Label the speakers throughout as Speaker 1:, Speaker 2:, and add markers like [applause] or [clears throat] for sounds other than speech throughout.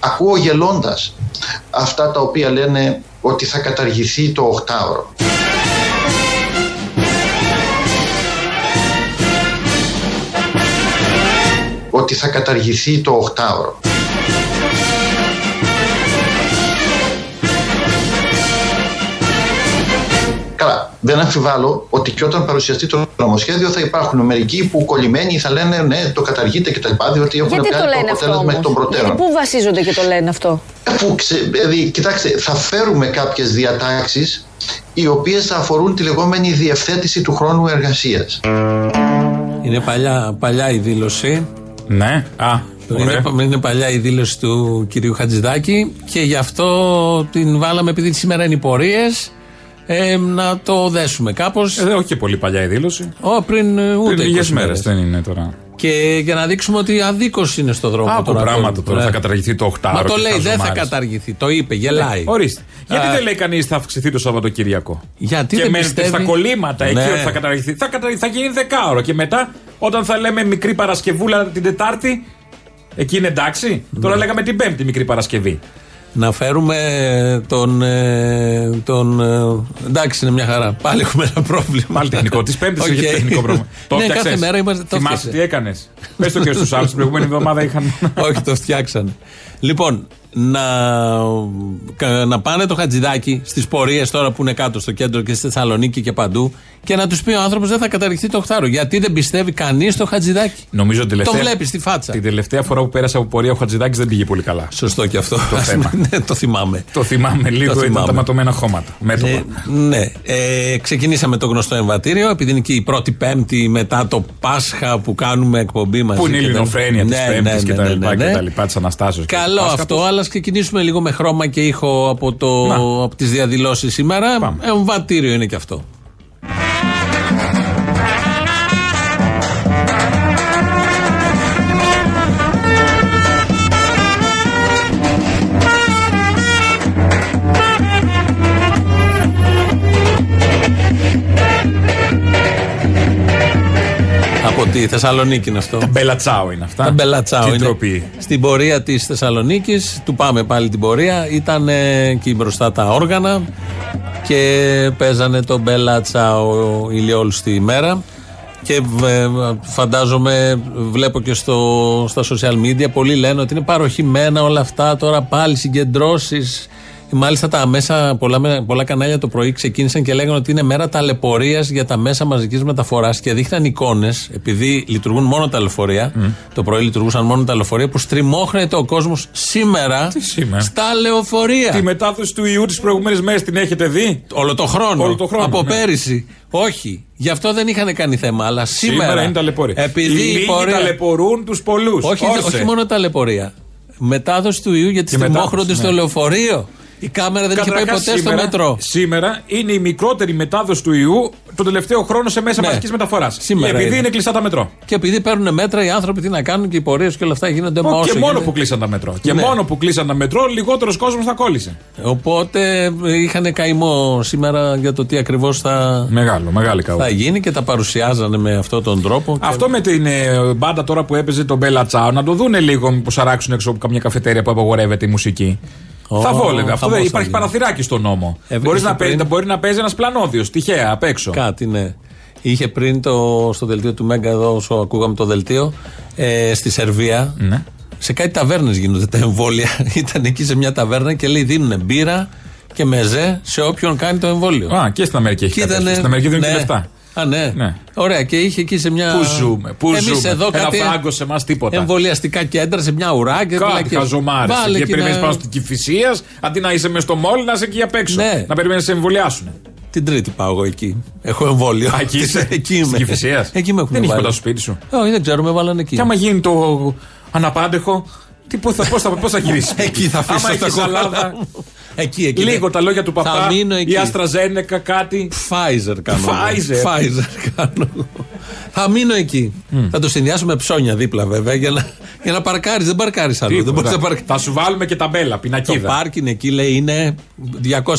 Speaker 1: ακούω γελώντας αυτά τα οποία λένε ότι θα καταργηθεί το οκτάωρο. Ότι θα καταργηθεί το οκτάωρο. Καλά, δεν αμφιβάλλω ότι και όταν παρουσιαστεί το νομοσχέδιο θα υπάρχουν μερικοί που κολλημένοι θα λένε ναι, το καταργείται κτλ. Διότι έχουν
Speaker 2: Γιατί το
Speaker 1: βγάλει
Speaker 2: λένε αυτό
Speaker 1: αποτέλεσμα
Speaker 2: όμως?
Speaker 1: εκ των προτέρων.
Speaker 2: Γιατί πού βασίζονται και το λένε αυτό.
Speaker 1: Ε, που ξε, δηλαδή, κοιτάξτε, θα φέρουμε κάποιες διατάξεις οι οποίες θα αφορούν τη λεγόμενη διευθέτηση του χρόνου εργασίας.
Speaker 3: Είναι παλιά, παλιά η δήλωση.
Speaker 4: Ναι. Α,
Speaker 3: Είναι,
Speaker 4: ωραία.
Speaker 3: είναι παλιά η δήλωση του κυρίου Χατζηδάκη και γι' αυτό την βάλαμε επειδή σήμερα είναι οι πορείες. Ε, να το δέσουμε κάπως.
Speaker 4: Ε, όχι και πολύ παλιά η δήλωση.
Speaker 3: Ω, πριν ε, ούτε
Speaker 4: Πριν ναι. λίγε
Speaker 3: 20
Speaker 4: μέρες
Speaker 3: μέρες.
Speaker 4: δεν είναι τώρα.
Speaker 3: Και για να δείξουμε ότι αδίκως είναι στο δρόμο.
Speaker 4: Άκου
Speaker 3: τώρα,
Speaker 4: πράγματα
Speaker 3: το-
Speaker 4: τώρα.
Speaker 3: ε.
Speaker 4: Θα καταργηθεί το 8
Speaker 3: Μα το λέει, δεν θα καταργηθεί. Το είπε, γελάει.
Speaker 4: Ε, Ορίστε. Γιατί
Speaker 3: Α.
Speaker 4: δεν λέει κανείς θα αυξηθεί το Σαββατοκύριακο.
Speaker 3: Γιατί
Speaker 4: και
Speaker 3: δεν
Speaker 4: μένετε
Speaker 3: πιστεύει.
Speaker 4: στα κολλήματα
Speaker 3: Ναι.
Speaker 4: εκεί ότι θα καταργηθεί. Θα, κατα... θα γίνει δεκάωρο. Και μετά, όταν θα λέμε μικρή Παρασκευούλα την Τετάρτη, εκεί είναι εντάξει.
Speaker 3: Ναι.
Speaker 4: Τώρα λέγαμε την Πέμπτη μικρή Παρασκευή.
Speaker 3: Να φέρουμε τον. ε, τον ε, εντάξει, είναι μια χαρά. Πάλι έχουμε ένα πρόβλημα.
Speaker 4: Πάλι τεχνικό. Της Πέμπτης
Speaker 3: [laughs] Οκ.
Speaker 4: okay. έρχεται τεχνικό πρόβλημα. το
Speaker 3: ναι,
Speaker 4: φτιάξες.
Speaker 3: κάθε μέρα είμαστε. Το
Speaker 4: Θυμάσαι τι
Speaker 3: φτιάξε.
Speaker 4: έκανες. Πες το και στους άλλους. Την προηγούμενη εβδομάδα
Speaker 3: [laughs]
Speaker 4: είχαν.
Speaker 3: Όχι, το φτιάξανε. Λοιπόν, να, κα- να πάνε το χατζηδάκι στις πορείες τώρα που είναι κάτω στο κέντρο και στη Θεσσαλονίκη και παντού και να τους πει ο άνθρωπος δεν θα καταργηθεί το χτάρο. Γιατί δεν πιστεύει κανείς το χατζηδάκι.
Speaker 4: Νομίζω την
Speaker 3: Το
Speaker 4: τελευταία.
Speaker 3: βλέπεις στη φάτσα.
Speaker 4: Την τελευταία φορά που πέρασε από πορεία ο Χατζηδάκης δεν πήγε πολύ καλά.
Speaker 3: Σωστό και αυτό. Το
Speaker 4: θέμα.
Speaker 3: [laughs] ναι, το θυμάμαι.
Speaker 4: Το θυμάμαι λίγο, ήταν
Speaker 3: θυμάμαι.
Speaker 4: τα ματωμένα χώματα. Μέτωπα.
Speaker 3: Ε, ναι. Ε, ξεκινήσαμε το γνωστό εμβατήριο, επειδή είναι και η πρώτη Πέμπτη μετά το Πάσχα που κάνουμε εκπομπή μαζί.
Speaker 4: Πού είναι η
Speaker 3: και τα-
Speaker 4: ελληνοφρένεια της
Speaker 3: Ναι, ναι,
Speaker 4: Πέμπτης
Speaker 3: ναι,
Speaker 4: και τα
Speaker 3: ναι,
Speaker 4: λοιπά
Speaker 3: ναι,
Speaker 4: και
Speaker 3: ναι.
Speaker 4: τα λοιπά της Αναστάσεως.
Speaker 3: Καλό αυτό, αλλά ας ξεκινήσουμε λίγο με χρώμα και ήχο από, το,
Speaker 4: Να.
Speaker 3: από τις διαδηλώσεις σήμερα.
Speaker 4: Πάμε.
Speaker 3: Εμβατήριο είναι και αυτό. Από τη Θεσσαλονίκη είναι αυτό.
Speaker 4: Μπελατσάο είναι αυτά.
Speaker 3: Τα Μπελατσάο
Speaker 4: Τι
Speaker 3: είναι.
Speaker 4: τροπή.
Speaker 3: Στην πορεία της Θεσσαλονίκης, του πάμε πάλι την πορεία. Ήταν ε, εκεί μπροστά τα όργανα και παίζανε τον Μπελατσάο ηλιόλουστη ημέρα. Και ε, φαντάζομαι, βλέπω και στο, στα social media, πολλοί λένε ότι είναι παροχημένα όλα αυτά. Τώρα πάλι συγκεντρώσεις. Μάλιστα τα μέσα, πολλά, με- πολλά κανάλια το πρωί ξεκίνησαν και λέγανε ότι είναι μέρα ταλαιπωρίας για τα μέσα μαζικής μεταφοράς και δείχναν εικόνες, επειδή λειτουργούν μόνο τα λεωφορεία. Το πρωί λειτουργούσαν μόνο τα λεωφορεία, που στριμώχνεται ο κόσμος σήμερα,
Speaker 4: Τι σήμερα?
Speaker 3: στα λεωφορεία.
Speaker 4: Τη μετάδοση του ιού τις προηγούμενες μέρες την έχετε δει.
Speaker 3: Όλο το χρόνο.
Speaker 4: Όλο το χρόνο,
Speaker 3: από
Speaker 4: ναι.
Speaker 3: πέρυσι. Όχι. Γι' αυτό δεν είχαν κάνει θέμα. Αλλά σήμερα.
Speaker 4: είναι ταλαιπωρή.
Speaker 3: Επειδή
Speaker 4: Οι
Speaker 3: η
Speaker 4: λίγοι
Speaker 3: πορεία-
Speaker 4: ταλαιπωρούν τους πολλούς.
Speaker 3: όχι, όχι μόνο ταλαιπωρία. Μετάδοση του ιού γιατί
Speaker 4: Και μετάδοση,
Speaker 3: στριμώχνονται στο
Speaker 4: ναι.
Speaker 3: λεωφορείο. Η κάμερα δεν είχε πάει ποτέ στο μετρό.
Speaker 4: Σήμερα είναι η μικρότερη μετάδοση του ιού τον τελευταίο χρόνο σε μέσα
Speaker 3: Ναι.
Speaker 4: μαζικής μεταφοράς.
Speaker 3: Σήμερα
Speaker 4: Επειδή
Speaker 3: είναι.
Speaker 4: είναι. κλειστά τα μετρό.
Speaker 3: Και επειδή παίρνουν μέτρα, οι άνθρωποι τι να κάνουν και οι πορείες και όλα αυτά γίνονται μα όσο
Speaker 4: και μόνο
Speaker 3: γίνεται.
Speaker 4: που κλείσαν τα μετρό. Και
Speaker 3: Ναι.
Speaker 4: μόνο που κλείσαν τα μετρό, λιγότερος κόσμος θα κόλλησε.
Speaker 3: Οπότε είχαν καημό σήμερα για το τι ακριβώς θα,
Speaker 4: Μεγάλο, μεγάλη καούρα.
Speaker 3: θα γίνει και τα παρουσιάζανε με αυτόν τον τρόπο. Και-
Speaker 4: Αυτό με την ε, μπάντα τώρα που έπαιζε τον Μπέλα Τσάου, να το δούνε λίγο μήπως αράξουν έξω από καμιά καφετέρια που απαγορεύεται η μουσική.
Speaker 3: Ω,
Speaker 4: θα βόλευε. Αυτό δεν
Speaker 3: χαμός θα
Speaker 4: υπάρχει
Speaker 3: γίνει.
Speaker 4: παραθυράκι στο νόμο.
Speaker 3: Ε,
Speaker 4: Μπορείς
Speaker 3: είχε
Speaker 4: να παίζει,
Speaker 3: πριν-
Speaker 4: μπορεί να παίζει ένας πλανόδιος τυχαία απ' έξω.
Speaker 3: Κάτι, ναι. Είχε πριν το, στο δελτίο του Μέγκα, εδώ όσο ακούγαμε το δελτίο, ε, στη Σερβία.
Speaker 4: Ναι.
Speaker 3: Σε κάτι ταβέρνες γίνονται τα εμβόλια. [laughs] Ήταν εκεί σε μια ταβέρνα και λέει: Δίνουν μπύρα και μεζέ σε όποιον κάνει το εμβόλιο.
Speaker 4: Α, και στην Αμερική έχει
Speaker 3: Και
Speaker 4: κάτι.
Speaker 3: ήτανε-
Speaker 4: τέτοιο. Στην Αμερική δίνουν
Speaker 3: ναι.
Speaker 4: και λεφτά.
Speaker 3: Α, ναι.
Speaker 4: Ναι.
Speaker 3: Ωραία, και είχε εκεί σε μια.
Speaker 4: Πού ζούμε, πού
Speaker 3: Εμείς
Speaker 4: ζούμε.
Speaker 3: εδώ
Speaker 4: Ένα
Speaker 3: κάτι.
Speaker 4: φράγκο σε εμάς τίποτα.
Speaker 3: Εμβολιαστικά κέντρα, σε μια ουρά και
Speaker 4: Κάτι
Speaker 3: βλακές.
Speaker 4: χαζομάρε.
Speaker 3: Βάλε
Speaker 4: Και
Speaker 3: εκεί
Speaker 4: περιμένεις
Speaker 3: να-
Speaker 4: πάνω στην κυφυσία, αντί να είσαι μες στο μόλι, να είσαι εκεί απ' έξω.
Speaker 3: Ναι.
Speaker 4: Να περιμένεις να σε εμβολιάσουν.
Speaker 3: Την Τρίτη πάω εγώ εκεί. Έχω εμβόλιο.
Speaker 4: Α, εκεί είσαι.
Speaker 3: [laughs] εκεί είμαι.
Speaker 4: Στην Κηφισίας.
Speaker 3: Εκεί με έχουν
Speaker 4: Δεν είχε
Speaker 3: βάλει.
Speaker 4: κοντά στο σπίτι σου.
Speaker 3: Όχι, δεν ξέρω, με βάλανε εκεί.
Speaker 4: Και άμα γίνει το αναπάντεχο, τι πώς θα, πώς θα, πώς θα γυρίσει.
Speaker 3: Εκεί θα αφήσω
Speaker 4: Άμα
Speaker 3: τα
Speaker 4: έχεις
Speaker 3: κόμματα
Speaker 4: σαλάδα,
Speaker 3: μου. Εκεί, [laughs] εκεί. ναι.
Speaker 4: Λίγο τα λόγια του
Speaker 3: Θα
Speaker 4: παπά.
Speaker 3: μείνω εκεί.
Speaker 4: Η Αστραζένεκα
Speaker 3: [laughs]
Speaker 4: κάτι.
Speaker 3: Pfizer κάνω. εγώ.
Speaker 4: Pfizer.
Speaker 3: Pfizer κάνω. εγώ. θα μείνω εκεί. Θα το συνδυάσω με ψώνια δίπλα βέβαια για να, για Για να παρκάρεις, δεν παρκάρεις αλλού. Δεν μπορείς να παρκάρεις.
Speaker 4: Θα σου βάλουμε και ταμπέλα,
Speaker 3: Το
Speaker 4: πινακίδα.
Speaker 3: πάρκινγκ εκεί λέει είναι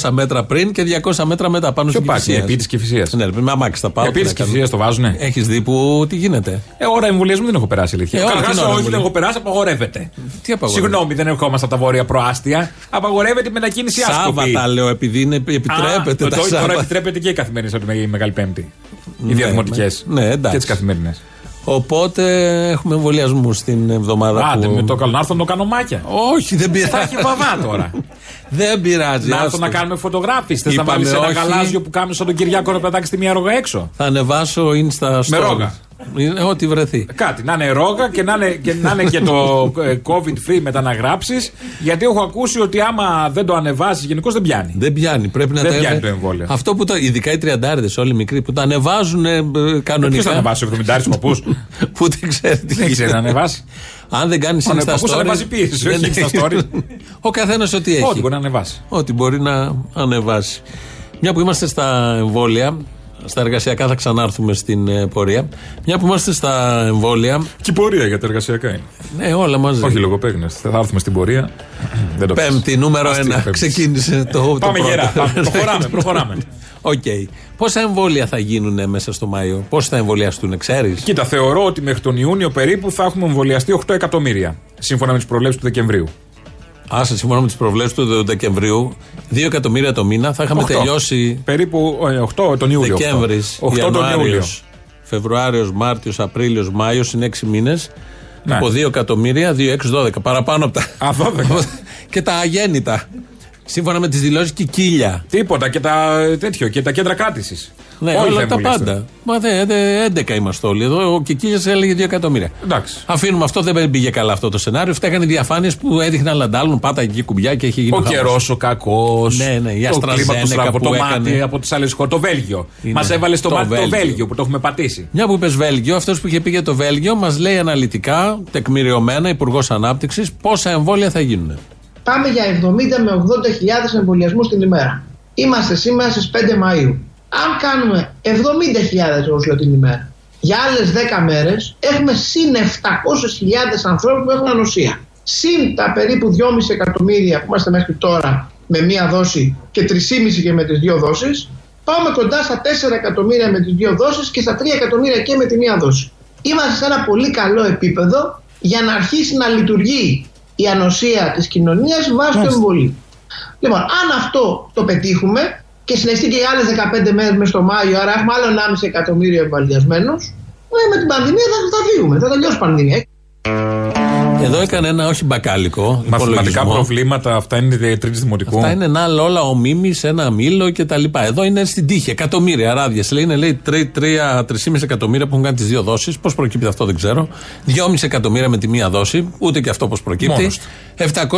Speaker 3: 200 μέτρα πριν και 200 μέτρα μετά πάνω
Speaker 4: Ποιο
Speaker 3: στην
Speaker 4: πάρκινγκ,
Speaker 3: Κυφυσίας.
Speaker 4: επί της Κυφυσίας.
Speaker 3: Ναι, ρε παιδί, με αμάξι θα πάω.
Speaker 4: Επί τη κυφσία το βάζουνε.
Speaker 3: Έχεις δει που τι γίνεται.
Speaker 4: Ε, ώρα εμβολιασμού δεν έχω περάσει, αλήθεια.
Speaker 3: Ε, ώρα,
Speaker 4: Καταρχάς,
Speaker 3: τι ώρα
Speaker 4: όχι, δεν
Speaker 3: εμβολιασμού.
Speaker 4: έχω περάσει, απαγορεύεται.
Speaker 3: Τι απαγορεύεται?
Speaker 4: Συγγνώμη, δεν ερχόμαστε από τα βόρεια προάστια. Απαγορεύεται η μετακίνηση άσκοπη.
Speaker 3: Σάββατα λέω επειδή είναι,
Speaker 4: Α,
Speaker 3: επιτρέπεται
Speaker 4: το-
Speaker 3: τα
Speaker 4: τώρα
Speaker 3: Σάββατα.
Speaker 4: επιτρέπεται και οι καθημερινές από τη Μεγάλη- Μεγάλη Πέμπτη.
Speaker 3: Ναι,
Speaker 4: οι διαδημοτικές.
Speaker 3: ναι, εντάξει.
Speaker 4: Και τις καθημερινές.
Speaker 3: Οπότε έχουμε εμβολιασμούς στην εβδομάδα
Speaker 4: Άντε,
Speaker 3: που.
Speaker 4: με το καλό να έρθω να το κάνω μάκια.
Speaker 3: Όχι, δεν πειράζει.
Speaker 4: Θα έχει βαβά
Speaker 3: [laughs]
Speaker 4: τώρα.
Speaker 3: δεν πειράζει.
Speaker 4: να έρθω
Speaker 3: άστο.
Speaker 4: να κάνουμε φωτογράφηση. Θες να
Speaker 3: Είπαμε
Speaker 4: βάλεις ένα
Speaker 3: όχι.
Speaker 4: γαλάζιο που κάνουμε σαν τον Κυριάκο να πετάξει τη μία ρογα έξω.
Speaker 3: Θα ανεβάσω Insta stories.
Speaker 4: Με ρόγα.
Speaker 3: Είναι Ό,τι βρεθεί.
Speaker 4: Κάτι, να είναι ρόγα και να είναι και, να είναι και το ε, COVID free μετά να γράψει. Γιατί έχω ακούσει ότι άμα δεν το ανεβάσεις, γενικώς δεν πιάνει.
Speaker 3: Δεν πιάνει, πρέπει να
Speaker 4: Δεν
Speaker 3: τα
Speaker 4: πιάνει
Speaker 3: έβε-
Speaker 4: το εμβόλιο.
Speaker 3: Αυτό που τα. Ειδικά οι τριαντάριδες, όλοι οι μικροί που τα ανεβάζουν ε, ε,
Speaker 4: Ποιος θα
Speaker 3: κανονικά.
Speaker 4: ανεβάσει, 70 σκοπούς.
Speaker 3: [laughs] που δεν ξέρει τι
Speaker 4: Δεν ξέρει να ανεβάσει.
Speaker 3: Αν δεν κάνεις
Speaker 4: Ο
Speaker 3: Insta
Speaker 4: ανεπακούς
Speaker 3: stories.
Speaker 4: ανεβάζει πίεση, όχι
Speaker 3: δεν-
Speaker 4: Insta stories.
Speaker 3: Ο καθένας ό,τι έχει.
Speaker 4: Ό,τι μπορεί να ανεβάσει.
Speaker 3: Ό,τι μπορεί να ανεβάσει. Μια που είμαστε στα εμβόλια, στα εργασιακά θα ξανάρθουμε στην ε, πορεία. Μια που είμαστε στα εμβόλια,
Speaker 4: Και η πορεία για τα εργασιακά είναι.
Speaker 3: ναι, όλα μαζί.
Speaker 4: Όχι λογοπαίγνες. Θα έρθουμε στην
Speaker 3: [clears throat]
Speaker 4: πορεία. Δεν το ξέρεις.
Speaker 3: Πέμπτη, νούμερο
Speaker 4: Ας τι,
Speaker 3: ένα.
Speaker 4: πέμπτης.
Speaker 3: Ξεκίνησε το. το
Speaker 4: Πάμε
Speaker 3: πρώτο.
Speaker 4: γερά.
Speaker 3: [laughs]
Speaker 4: Πάμε. Προχωράμε, προχωράμε.
Speaker 3: Οκ. Πόσα εμβόλια θα γίνουν ε, μέσα στο Μάιο, Πόσοι θα εμβολιαστούν, ξέρεις.
Speaker 4: Κοίτα, θεωρώ ότι μέχρι τον Ιούνιο περίπου θα έχουμε εμβολιαστεί 8 εκατομμύρια. Σύμφωνα με τις προβλέψεις του Δεκεμβρίου.
Speaker 3: Άσε, σύμφωνα με τις προβλέψεις του Δεκεμβρίου, 2 εκατομμύρια το μήνα θα είχαμε
Speaker 4: Οκτώ.
Speaker 3: τελειώσει
Speaker 4: Περίπου ε, 8 τον Ιούλιο.
Speaker 3: Δεκέμβρη,
Speaker 4: 8 τον Ιούλιο.
Speaker 3: Ιανουάριο, Φεβρουάριος, Μάρτιος, Απρίλιος, Μάιος είναι 6 μήνες.
Speaker 4: Ναι.
Speaker 3: Από 2 εκατομμύρια, 2, 6, 12. Παραπάνω από τα.
Speaker 4: Α, 12.
Speaker 3: [laughs] και τα αγέννητα. Σύμφωνα με τις δηλώσεις Κικίλια.
Speaker 4: Τίποτα και τα, ε, τέτοιο, και τα κέντρα κράτησης.
Speaker 3: Ναι, όλα τα πάντα. Μα δε, δε, 11 είμαστε όλοι εδώ. Ο Κικίλιας έλεγε 2 εκατομμύρια.
Speaker 4: Εντάξει.
Speaker 3: Αφήνουμε αυτό, δεν πήγε καλά αυτό το σενάριο. Φταίγανε οι διαφάνειες που έδειχναν λαντάλουν, πάτα εκεί κουμπιά και έχει γίνει.
Speaker 4: Ο
Speaker 3: χαμός.
Speaker 4: καιρός, ο κακός.
Speaker 3: Ναι, ναι, η
Speaker 4: το κλίμα
Speaker 3: AstraZeneca
Speaker 4: του στραβού,
Speaker 3: που
Speaker 4: το
Speaker 3: έκανε.
Speaker 4: μάτι από τις άλλες χώρες. Το Βέλγιο.
Speaker 3: Είναι.
Speaker 4: Μας έβαλε στο
Speaker 3: Το
Speaker 4: μάτι το
Speaker 3: Βέλγιο.
Speaker 4: Βέλγιο που το έχουμε πατήσει.
Speaker 3: Μια που είπες Βέλγιο, αυτός που είχε πει για το Βέλγιο, μας λέει αναλυτικά, τεκμηριωμένα, Υπουργός Ανάπτυξης, πόσα εμβόλια θα γίνουν.
Speaker 5: Πάμε για 70 με 80 χιλιάδες εμβολιασμούς την ημέρα. Είμαστε σήμερα στις 5 Μαΐου. Αν κάνουμε 70 χιλιάδες όπως λέω την ημέρα, για άλλες 10 μέρες έχουμε συν 700 χιλιάδες ανθρώπους που έχουν ανοσία. Συν τα περίπου 2,5 εκατομμύρια που είμαστε μέχρι τώρα με μία δόση και 3,5 και με τις δύο δόσεις, πάμε κοντά στα 4 εκατομμύρια με τις δύο δόσεις και στα 3 εκατομμύρια και με τη μία δόση. Είμαστε σε ένα πολύ καλό επίπεδο για να αρχίσει να λειτουργεί η ανοσία της κοινωνίας βάσει του εμβολίου. Λοιπόν, αν αυτό το πετύχουμε και συνεχιστεί και οι άλλες 15 μέρε μέσα στο Μάιο, άρα έχουμε άλλο 1,5 εκατομμύριο εμβολιασμένους, με την πανδημία θα, θα φύγουμε, θα τελειώσει η πανδημία.
Speaker 3: Εδώ έκανε ένα όχι μπακάλικο.
Speaker 4: Μαθηματικά
Speaker 3: υπολογισμό.
Speaker 4: προβλήματα, αυτά είναι τρίτης δημοτικού.
Speaker 3: Αυτά είναι ένα άλλο, όλα ο μήμη, ένα μήλο κτλ. Εδώ είναι στην τύχη, εκατομμύρια ράδια. Λέει, είναι λέει 3-3,5 εκατομμύρια που έχουν κάνει τις δύο δόσεις. Πώς προκύπτει αυτό δεν ξέρω. 2,5 εκατομμύρια με τη μία δόση, ούτε και αυτό πώς προκύπτει.
Speaker 4: Μόνος του.
Speaker 3: 700.000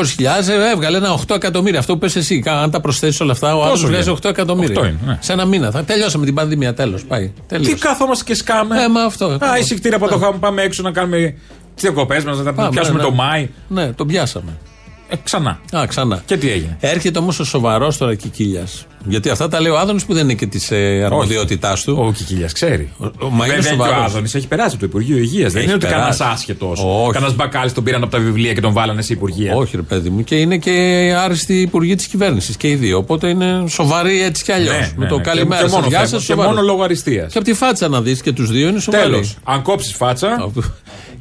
Speaker 3: έβγαλε ένα 8 εκατομμύρια. Αυτό που πες εσύ, κα- αν τα προσθέσεις όλα αυτά, ο άλλος
Speaker 4: Πόσο
Speaker 3: βγάζει
Speaker 4: βγαίνει?
Speaker 3: 8 εκατομμύρια.
Speaker 4: Οκτώ είναι, ναι.
Speaker 3: Σε ένα μήνα. Θα τελειώσαμε την πανδημία, τέλος. Πάει.
Speaker 4: Τι
Speaker 3: Τελείωσε.
Speaker 4: κάθομαστε και σκάμε.
Speaker 3: Ε, μα αυτό.
Speaker 4: Α, εισηκτήρια από το χάμου πάμε έξω να κάνουμε τις διακοπές μας, να τα
Speaker 3: Πάμε,
Speaker 4: πιάσουμε
Speaker 3: ναι.
Speaker 4: το Μάη.
Speaker 3: Ναι, τον πιάσαμε.
Speaker 4: Ε, ξανά.
Speaker 3: Α, ξανά.
Speaker 4: Και τι έγινε.
Speaker 3: Έρχεται όμως ο σοβαρός τώρα Κικίλιας. Γιατί αυτά τα λέει ο Άδωνης που δεν είναι και της ε, αρμοδιότητάς του.
Speaker 4: Ο Κικίλιας ξέρει.
Speaker 3: Ο- ο- μα είναι
Speaker 4: Βέβαια και ο
Speaker 3: σοβαρός.
Speaker 4: Άδωνης έχει περάσει το Υπουργείο Υγείας. Δεν
Speaker 3: Έχει
Speaker 4: είναι ότι κανένας
Speaker 3: περάσει.
Speaker 4: άσχετος.
Speaker 3: Όχι.
Speaker 4: Κανένας μπακάλι τον πήραν από τα βιβλία και τον βάλανε σε Υπουργεία.
Speaker 3: Όχι, ρε παιδί μου, και είναι και άριστοι υπουργοί της κυβέρνησης και οι δύο. Οπότε είναι σοβαροί έτσι κι αλλιώς.
Speaker 4: Ναι,
Speaker 3: με
Speaker 4: ναι,
Speaker 3: το
Speaker 4: ναι.
Speaker 3: καλημέρα
Speaker 4: Και
Speaker 3: σα,
Speaker 4: μόνο
Speaker 3: γεια
Speaker 4: θέμα,
Speaker 3: σας.
Speaker 4: Και μόνο λόγω αριστείας.
Speaker 3: Και από τη φάτσα να δεις και τους δύο είναι σοβαροί.
Speaker 4: Τέλος. Αν κόψεις φάτσα.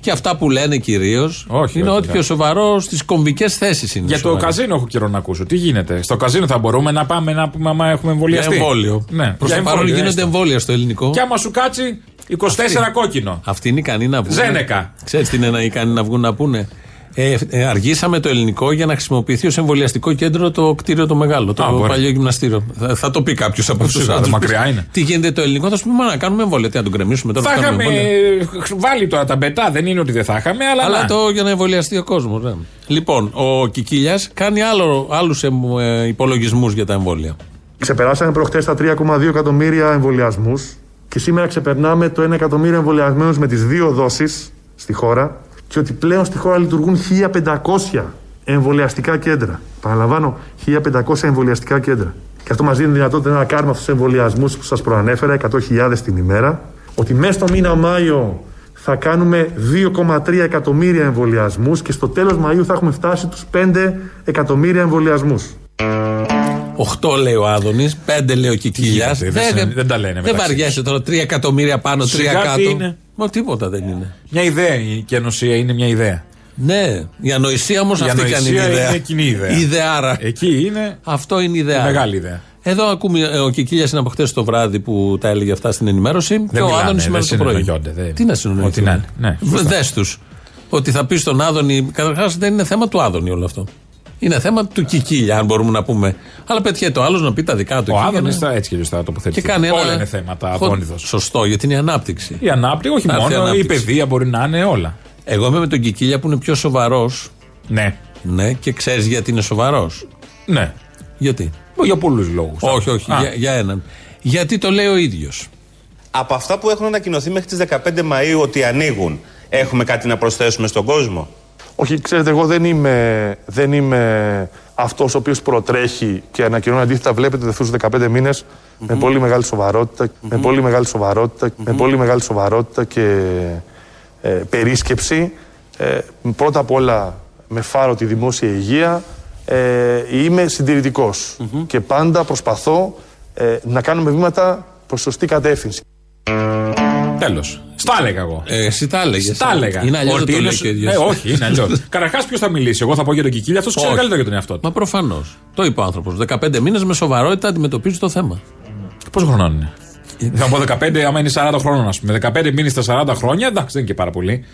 Speaker 3: Και αυτά που λένε κυρίως
Speaker 4: Όχι,
Speaker 3: είναι
Speaker 4: βέβαια.
Speaker 3: ό,τι πιο σοβαρό στις κομβικές θέσεις είναι.
Speaker 4: Για το
Speaker 3: σοβαροί.
Speaker 4: καζίνο έχω καιρό να ακούσω. Τι γίνεται. Στο καζίνο θα μπορούμε να πάμε να πούμε άμα έχουμε
Speaker 3: Για
Speaker 4: εμβολιαστεί.
Speaker 3: εμβόλιο.
Speaker 4: Ναι,
Speaker 3: Προς
Speaker 4: για
Speaker 3: το παρόν
Speaker 4: εμβόλιο,
Speaker 3: γίνονται
Speaker 4: έστω.
Speaker 3: εμβόλια στο ελληνικό.
Speaker 4: Και άμα σου κάτσει 24 κόκκινο.
Speaker 3: Αυτοί είναι ικανοί να βγουν.
Speaker 4: Ζένεκα.
Speaker 3: Ξέρεις τι είναι να ικανοί να βγουν να πούνε. Ε, ε, αργήσαμε το ελληνικό για να χρησιμοποιηθεί ως εμβολιαστικό κέντρο το κτίριο το μεγάλο, το
Speaker 4: Α, μπορεί.
Speaker 3: παλιό γυμναστήριο. Θα, θα το πει κάποιος από του
Speaker 4: Σίγουρα, μακριά είναι.
Speaker 3: Τι γίνεται το ελληνικό, θα σου πούμε να κάνουμε εμβόλια. Τι να τον κρεμίσουμε τώρα.
Speaker 4: Θα
Speaker 3: που κάνουμε
Speaker 4: είχαμε
Speaker 3: εμβόλια.
Speaker 4: βάλει τώρα τα μπετά, δεν είναι ότι δεν θα είχαμε, αλλά.
Speaker 3: Αλλά
Speaker 4: να.
Speaker 3: το για να εμβολιαστεί ο κόσμος. Ναι. Λοιπόν, ο Κικίλιας κάνει άλλου ε, υπολογισμούς για τα εμβόλια.
Speaker 6: Ξεπεράσαμε προχτές τα 3,2 εκατομμύρια εμβολιασμούς και σήμερα ξεπερνάμε το 1 εκατομμύριο εμβολιασμένους με τις δύο δόσεις στη χώρα και ότι πλέον στη χώρα λειτουργούν 1.500 εμβολιαστικά κέντρα. Παραλαμβάνω, 1.500 εμβολιαστικά κέντρα. Και αυτό μας δίνει δυνατότητα να κάνουμε αυτούς τους εμβολιασμούς που σας προανέφερα, 100.000 την ημέρα. Ότι μέσα στο μήνα Μάιο θα κάνουμε 2,3 εκατομμύρια εμβολιασμούς και στο τέλος Μαΐου θα έχουμε φτάσει τους 5 εκατομμύρια εμβολιασμούς.
Speaker 3: 8 λέει ο Άδωνης, 5 λέει ο Κικίλιας.
Speaker 4: γίνεται, δεν συν- δεν τα λένε
Speaker 3: Δεν
Speaker 4: μεταξύ
Speaker 3: βαριέσαι τώρα, 3 εκατομμύρια πάνω, 3
Speaker 4: Σιγά τι
Speaker 3: κάτω.
Speaker 4: είναι.
Speaker 3: Μα τίποτα δεν είναι.
Speaker 4: Μια ιδέα η καινοσία είναι μια ιδέα.
Speaker 3: Ναι, η ανοησία όμως
Speaker 4: Η
Speaker 3: αυτή και αν είναι
Speaker 4: ανοησία
Speaker 3: ιδέα.
Speaker 4: είναι κοινή ιδέα.
Speaker 3: Η ιδεάρα.
Speaker 4: Εκεί είναι
Speaker 3: Αυτό είναι η ιδέα.
Speaker 4: μεγάλη ιδέα.
Speaker 3: Εδώ ακούμε, ε, ο Κικίλιας είναι από χτε το βράδυ που τα έλεγε αυτά στην ενημέρωση. και ο
Speaker 4: μιλάνε,
Speaker 3: Άδωνης
Speaker 4: δεν
Speaker 3: σήμερα το πρωί.
Speaker 4: συνεννοιόνται, δεν-
Speaker 3: Τι να συνεννοηθούν.
Speaker 4: Ό,τι να είναι. Ναι, σωστά.
Speaker 3: Δες τους. Ότι θα πεις στον Άδωνη. Καταρχάς δεν είναι θέμα του Άδωνη όλο αυτό. Είναι θέμα του Κικίλια, αν μπορούμε να πούμε. Αλλά πετυχαίνει το άλλος να πει τα δικά του.
Speaker 4: Ο
Speaker 3: εκεί για
Speaker 4: Άδωνη
Speaker 3: να-
Speaker 4: θα έτσι κι αλλιώ θα τοποθετηθεί.
Speaker 3: Και κάνει ένα...
Speaker 4: Όλα είναι θέματα
Speaker 3: χο-
Speaker 4: απόνιδο.
Speaker 3: Σωστό, γιατί είναι η ανάπτυξη.
Speaker 4: Η ανάπτυξη, όχι
Speaker 3: Θα έρθει
Speaker 4: μόνο, η
Speaker 3: ανάπτυξης.
Speaker 4: παιδεία μπορεί να είναι όλα.
Speaker 3: Εγώ είμαι με τον Κικίλια που είναι πιο σοβαρός.
Speaker 4: Ναι.
Speaker 3: Ναι, και ξέρεις γιατί είναι σοβαρός.
Speaker 4: Ναι.
Speaker 3: Γιατί.
Speaker 4: Για πολλούς λόγους.
Speaker 3: όχι, όχι, για, για έναν. Γιατί το λέει ο ίδιος.
Speaker 7: Από αυτά που έχουν ανακοινωθεί μέχρι τις 15 Μαΐου ότι ανοίγουν, έχουμε κάτι να προσθέσουμε στον κόσμο.
Speaker 6: Όχι, ξέρετε, εγώ δεν είμαι, δεν είμαι αυτός ο οποίος προτρέχει και ανακοινώνει αντίθετα. Βλέπετε αυτού του 15 μήνες με πολύ μεγάλη σοβαρότητα, με πολύ μεγάλη σοβαρότητα, με πολύ μεγάλη σοβαρότητα και ε, περίσκεψη. Ε, πρώτα απ' όλα με φάρο τη δημόσια υγεία. Ε, είμαι συντηρητικός και πάντα προσπαθώ ε, να κάνουμε βήματα προς σωστή κατεύθυνση.
Speaker 4: Τέλος. Στα έλεγα εγώ.
Speaker 3: Ε, εσύ τα έλεγες.
Speaker 4: Τα έλεγα.
Speaker 3: Είναι αλλιώς
Speaker 4: Ότι
Speaker 3: το λέει
Speaker 4: είναι-
Speaker 3: και ο ίδιος.
Speaker 4: Ε, όχι, είναι αλλιώς.
Speaker 3: [laughs]
Speaker 4: Καταρχάς, ποιος θα μιλήσει. Εγώ θα πω για τον Κικίλια, αυτός ξέρει
Speaker 3: Όχι.
Speaker 4: καλύτερα για τον εαυτό του.
Speaker 3: Μα προφανώς. Το είπε ο άνθρωπος. 15 μήνες με σοβαρότητα αντιμετωπίζει το θέμα.
Speaker 4: Πόσο χρονών είναι. θα πω 15, άμα είναι 40 χρόνων, ας πούμε. 15 μήνες στα 40 χρόνια, εντάξει, δεν είναι και πάρα πολύ.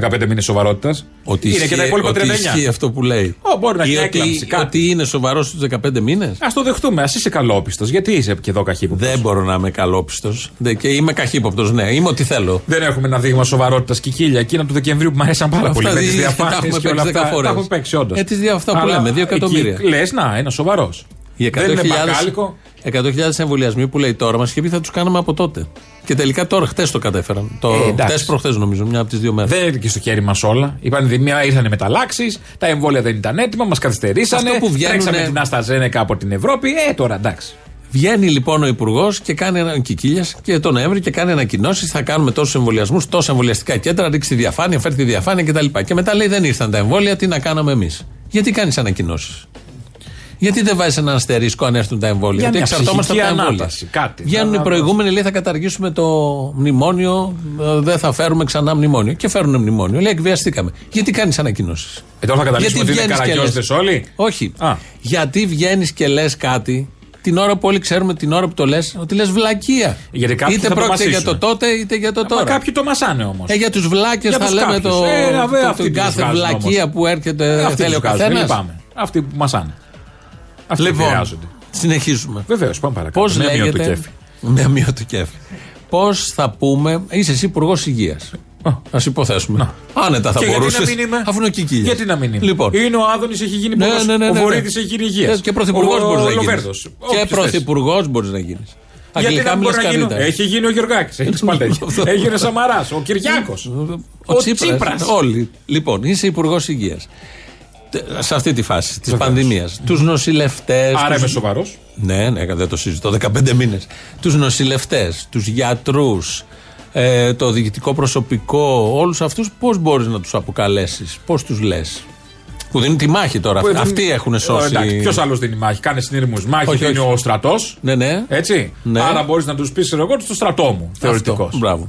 Speaker 4: 15 μήνε σοβαρότητα.
Speaker 3: Ότι
Speaker 4: είναι
Speaker 3: ισχύει,
Speaker 4: και τα υπόλοιπα 39.
Speaker 3: ότι ισχύει αυτό που λέει.
Speaker 4: Ω, μπορεί να
Speaker 3: Ή
Speaker 4: έχει
Speaker 3: ότι-
Speaker 4: έκλαμψη, κάτι.
Speaker 3: Ότι είναι σοβαρός στους 15 μήνες.
Speaker 4: Ας το δεχτούμε, ας είσαι καλόπιστος. Γιατί είσαι και εδώ καχύποπτος.
Speaker 3: Δεν μπορώ να είμαι καλόπιστος. Και είμαι καχύποπτος, ναι. Είμαι ό,τι θέλω.
Speaker 4: Δεν έχουμε ένα δείγμα σοβαρότητας κικίλια. Εκείνα του Δεκεμβρίου που μου αρέσαν πάρα πολύ. Με τις
Speaker 3: δι- [laughs] τα
Speaker 4: διαφάνειες
Speaker 3: έχουμε
Speaker 4: και όλα
Speaker 3: παίξει
Speaker 4: αυτά.
Speaker 3: δέκα
Speaker 4: Τα
Speaker 3: φορές.
Speaker 4: έχουμε παίξει όντως.
Speaker 3: Ε, τις δια- αυτά που λέμε, δύο εκατομμύρια.
Speaker 4: Λες, να, ένας σοβαρός.
Speaker 3: Οι
Speaker 4: Δεν είναι μπακάλικο.
Speaker 3: 100.000 εμβολιασμοί που λέει τώρα μας είχε πει θα τους κάναμε από τότε. Και τελικά τώρα χτες το κατέφεραν. Το
Speaker 4: Ε,
Speaker 3: ε,
Speaker 4: εντάξει.
Speaker 3: χτες προχθές νομίζω, μια από τις δύο μέρες.
Speaker 4: Δεν είναι και στο χέρι μας όλα. Η πανδημία ήρθαν μεταλλάξεις, τα εμβόλια δεν ήταν έτοιμα, μας καθυστερήσανε.
Speaker 3: Αυτό που βγαίνουνε-
Speaker 4: Τρέξαμε την Ασταζένεκα από την Ευρώπη. Ε, τώρα εντάξει.
Speaker 3: Βγαίνει λοιπόν ο Υπουργός και κάνει ένα κικίλια και τον Νοέμβρη και κάνει ανακοινώσεις. Θα κάνουμε τόσους εμβολιασμούς, τόσα εμβολιαστικά κέντρα, ρίξει τη διαφάνεια, φέρει τη διαφάνεια κτλ. Και μετά λέει δεν ήρθαν τα εμβόλια, τι να κάναμε εμείς. Γιατί κάνεις ανακοινώσεις. Γιατί δεν βάζεις ένα αστερίσκο αν έρθουν τα εμβόλια.
Speaker 4: Για
Speaker 3: ότι
Speaker 4: μια
Speaker 3: εξαρτώμαστε από τα
Speaker 4: ψυχική
Speaker 3: εμβόλια.
Speaker 4: ανάταση, κάτι. δηλαδή.
Speaker 3: Βγαίνουν οι
Speaker 4: Να-
Speaker 3: προηγούμενοι, λέει θα καταργήσουμε το μνημόνιο, ε, δεν θα φέρουμε ξανά μνημόνιο. Και φέρουν μνημόνιο. Λέει εκβιαστήκαμε. Γιατί κάνεις ανακοινώσεις.
Speaker 4: Ε, τώρα θα καταλήξουμε ότι είναι
Speaker 3: βγαίνεις και
Speaker 4: καραγκιόζητες
Speaker 3: λες.
Speaker 4: όλοι.
Speaker 3: Όχι.
Speaker 4: Α.
Speaker 3: Γιατί βγαίνεις και λες κάτι την ώρα που όλοι ξέρουμε την ώρα που το λες, ότι λες βλακεία.
Speaker 4: Γιατί κάποιοι
Speaker 3: είτε
Speaker 4: θα το
Speaker 3: πρόκειται για
Speaker 4: μασίσουνε.
Speaker 3: το τότε είτε για το
Speaker 4: Μα
Speaker 3: τώρα.
Speaker 4: κάποιοι το μασάνε όμως.
Speaker 3: Ε, για τους βλάκες
Speaker 4: Για
Speaker 3: θα
Speaker 4: τους
Speaker 3: λέμε
Speaker 4: κάποιους.
Speaker 3: το,
Speaker 4: Ε, βέβαια,
Speaker 3: το-
Speaker 4: αυτοί
Speaker 3: την
Speaker 4: τους
Speaker 3: κάθε
Speaker 4: βγάζουν
Speaker 3: βλακεία
Speaker 4: όμως. Ε,
Speaker 3: που έρχεται
Speaker 4: Αυτοί
Speaker 3: θέλει ο
Speaker 4: τους βγάζουν, μην
Speaker 3: καθένας.
Speaker 4: λυπάμαι. Αυτοί που μασάνε. Αυτοί λοιπόν.
Speaker 3: Λοιπόν,
Speaker 4: χρειάζονται.
Speaker 3: συνεχίζουμε.
Speaker 4: Βεβαίως, πάμε παρακάτω.
Speaker 3: Πώς
Speaker 4: Ναι, μείον του
Speaker 3: λέγεται.
Speaker 4: κέφι.
Speaker 3: Ναι, μείον του κέφι. Πώς θα πούμε. Είσαι εσύ υπουργός υγείας. Α υποθέσουμε. Άνετα θα
Speaker 4: Και γιατί
Speaker 3: μπορούσε.
Speaker 4: να μην είμαι.
Speaker 3: Αφού είναι ο Κικίλιας.
Speaker 4: Γιατί να μην είμαι.
Speaker 3: Λοιπόν,
Speaker 4: Είναι ο Άδωνης, έχει γίνει
Speaker 3: Ναι,
Speaker 4: υπουργός,
Speaker 3: ναι, ναι,
Speaker 4: Ο
Speaker 3: ναι,
Speaker 4: Βορύδη
Speaker 3: ναι.
Speaker 4: έχει γίνει υγείας.
Speaker 3: Ε, Και πρωθυπουργός μπορείς να γίνεις. Και
Speaker 4: πρωθυπουργό.
Speaker 3: πρωθυπουργός μπορείς να γίνεις.
Speaker 4: Γιατί
Speaker 3: Αγγλικά
Speaker 4: δεν
Speaker 3: μιλάς
Speaker 4: μπορεί να γίνω.
Speaker 3: καλύτερα.
Speaker 4: Έχει γίνει ο Γεωργάκη.
Speaker 3: [laughs]
Speaker 4: Έχει πάλι τέτοιο.
Speaker 3: Αυτό. Ε,
Speaker 4: Έγινε ο Σαμαράς, ο Κυριάκος.
Speaker 3: Ο, Τσίπρας, Όλοι. Λοιπόν, είσαι υπουργός υγείας. Σε αυτή τη φάση της πανδημίας. Τους νοσηλευτές.
Speaker 4: Άρα είμαι σοβαρός.
Speaker 3: Ναι, ναι, δεν το συζητώ. 15 μήνες. Τους νοσηλευτές, τους γιατρούς, ε, το διοικητικό προσωπικό, όλους αυτούς πώς μπορείς να τους αποκαλέσεις, πώς τους λες. Που δίνουν τη μάχη τώρα. Αυτοί, αυτοί
Speaker 4: Ε,
Speaker 3: έχουν σώσει.
Speaker 4: Ποιος άλλος δίνει μάχη. Κάνει συνειρμού.
Speaker 3: Όχι,
Speaker 4: Μάχη είναι
Speaker 3: όχι.
Speaker 4: ο στρατός.
Speaker 3: Ναι, ναι.
Speaker 4: Έτσι.
Speaker 3: Ναι.
Speaker 4: Άρα μπορείς να τους πεις εγώ στο στρατό μου. Θεωρητικό.
Speaker 3: Αυτό. Μπράβο.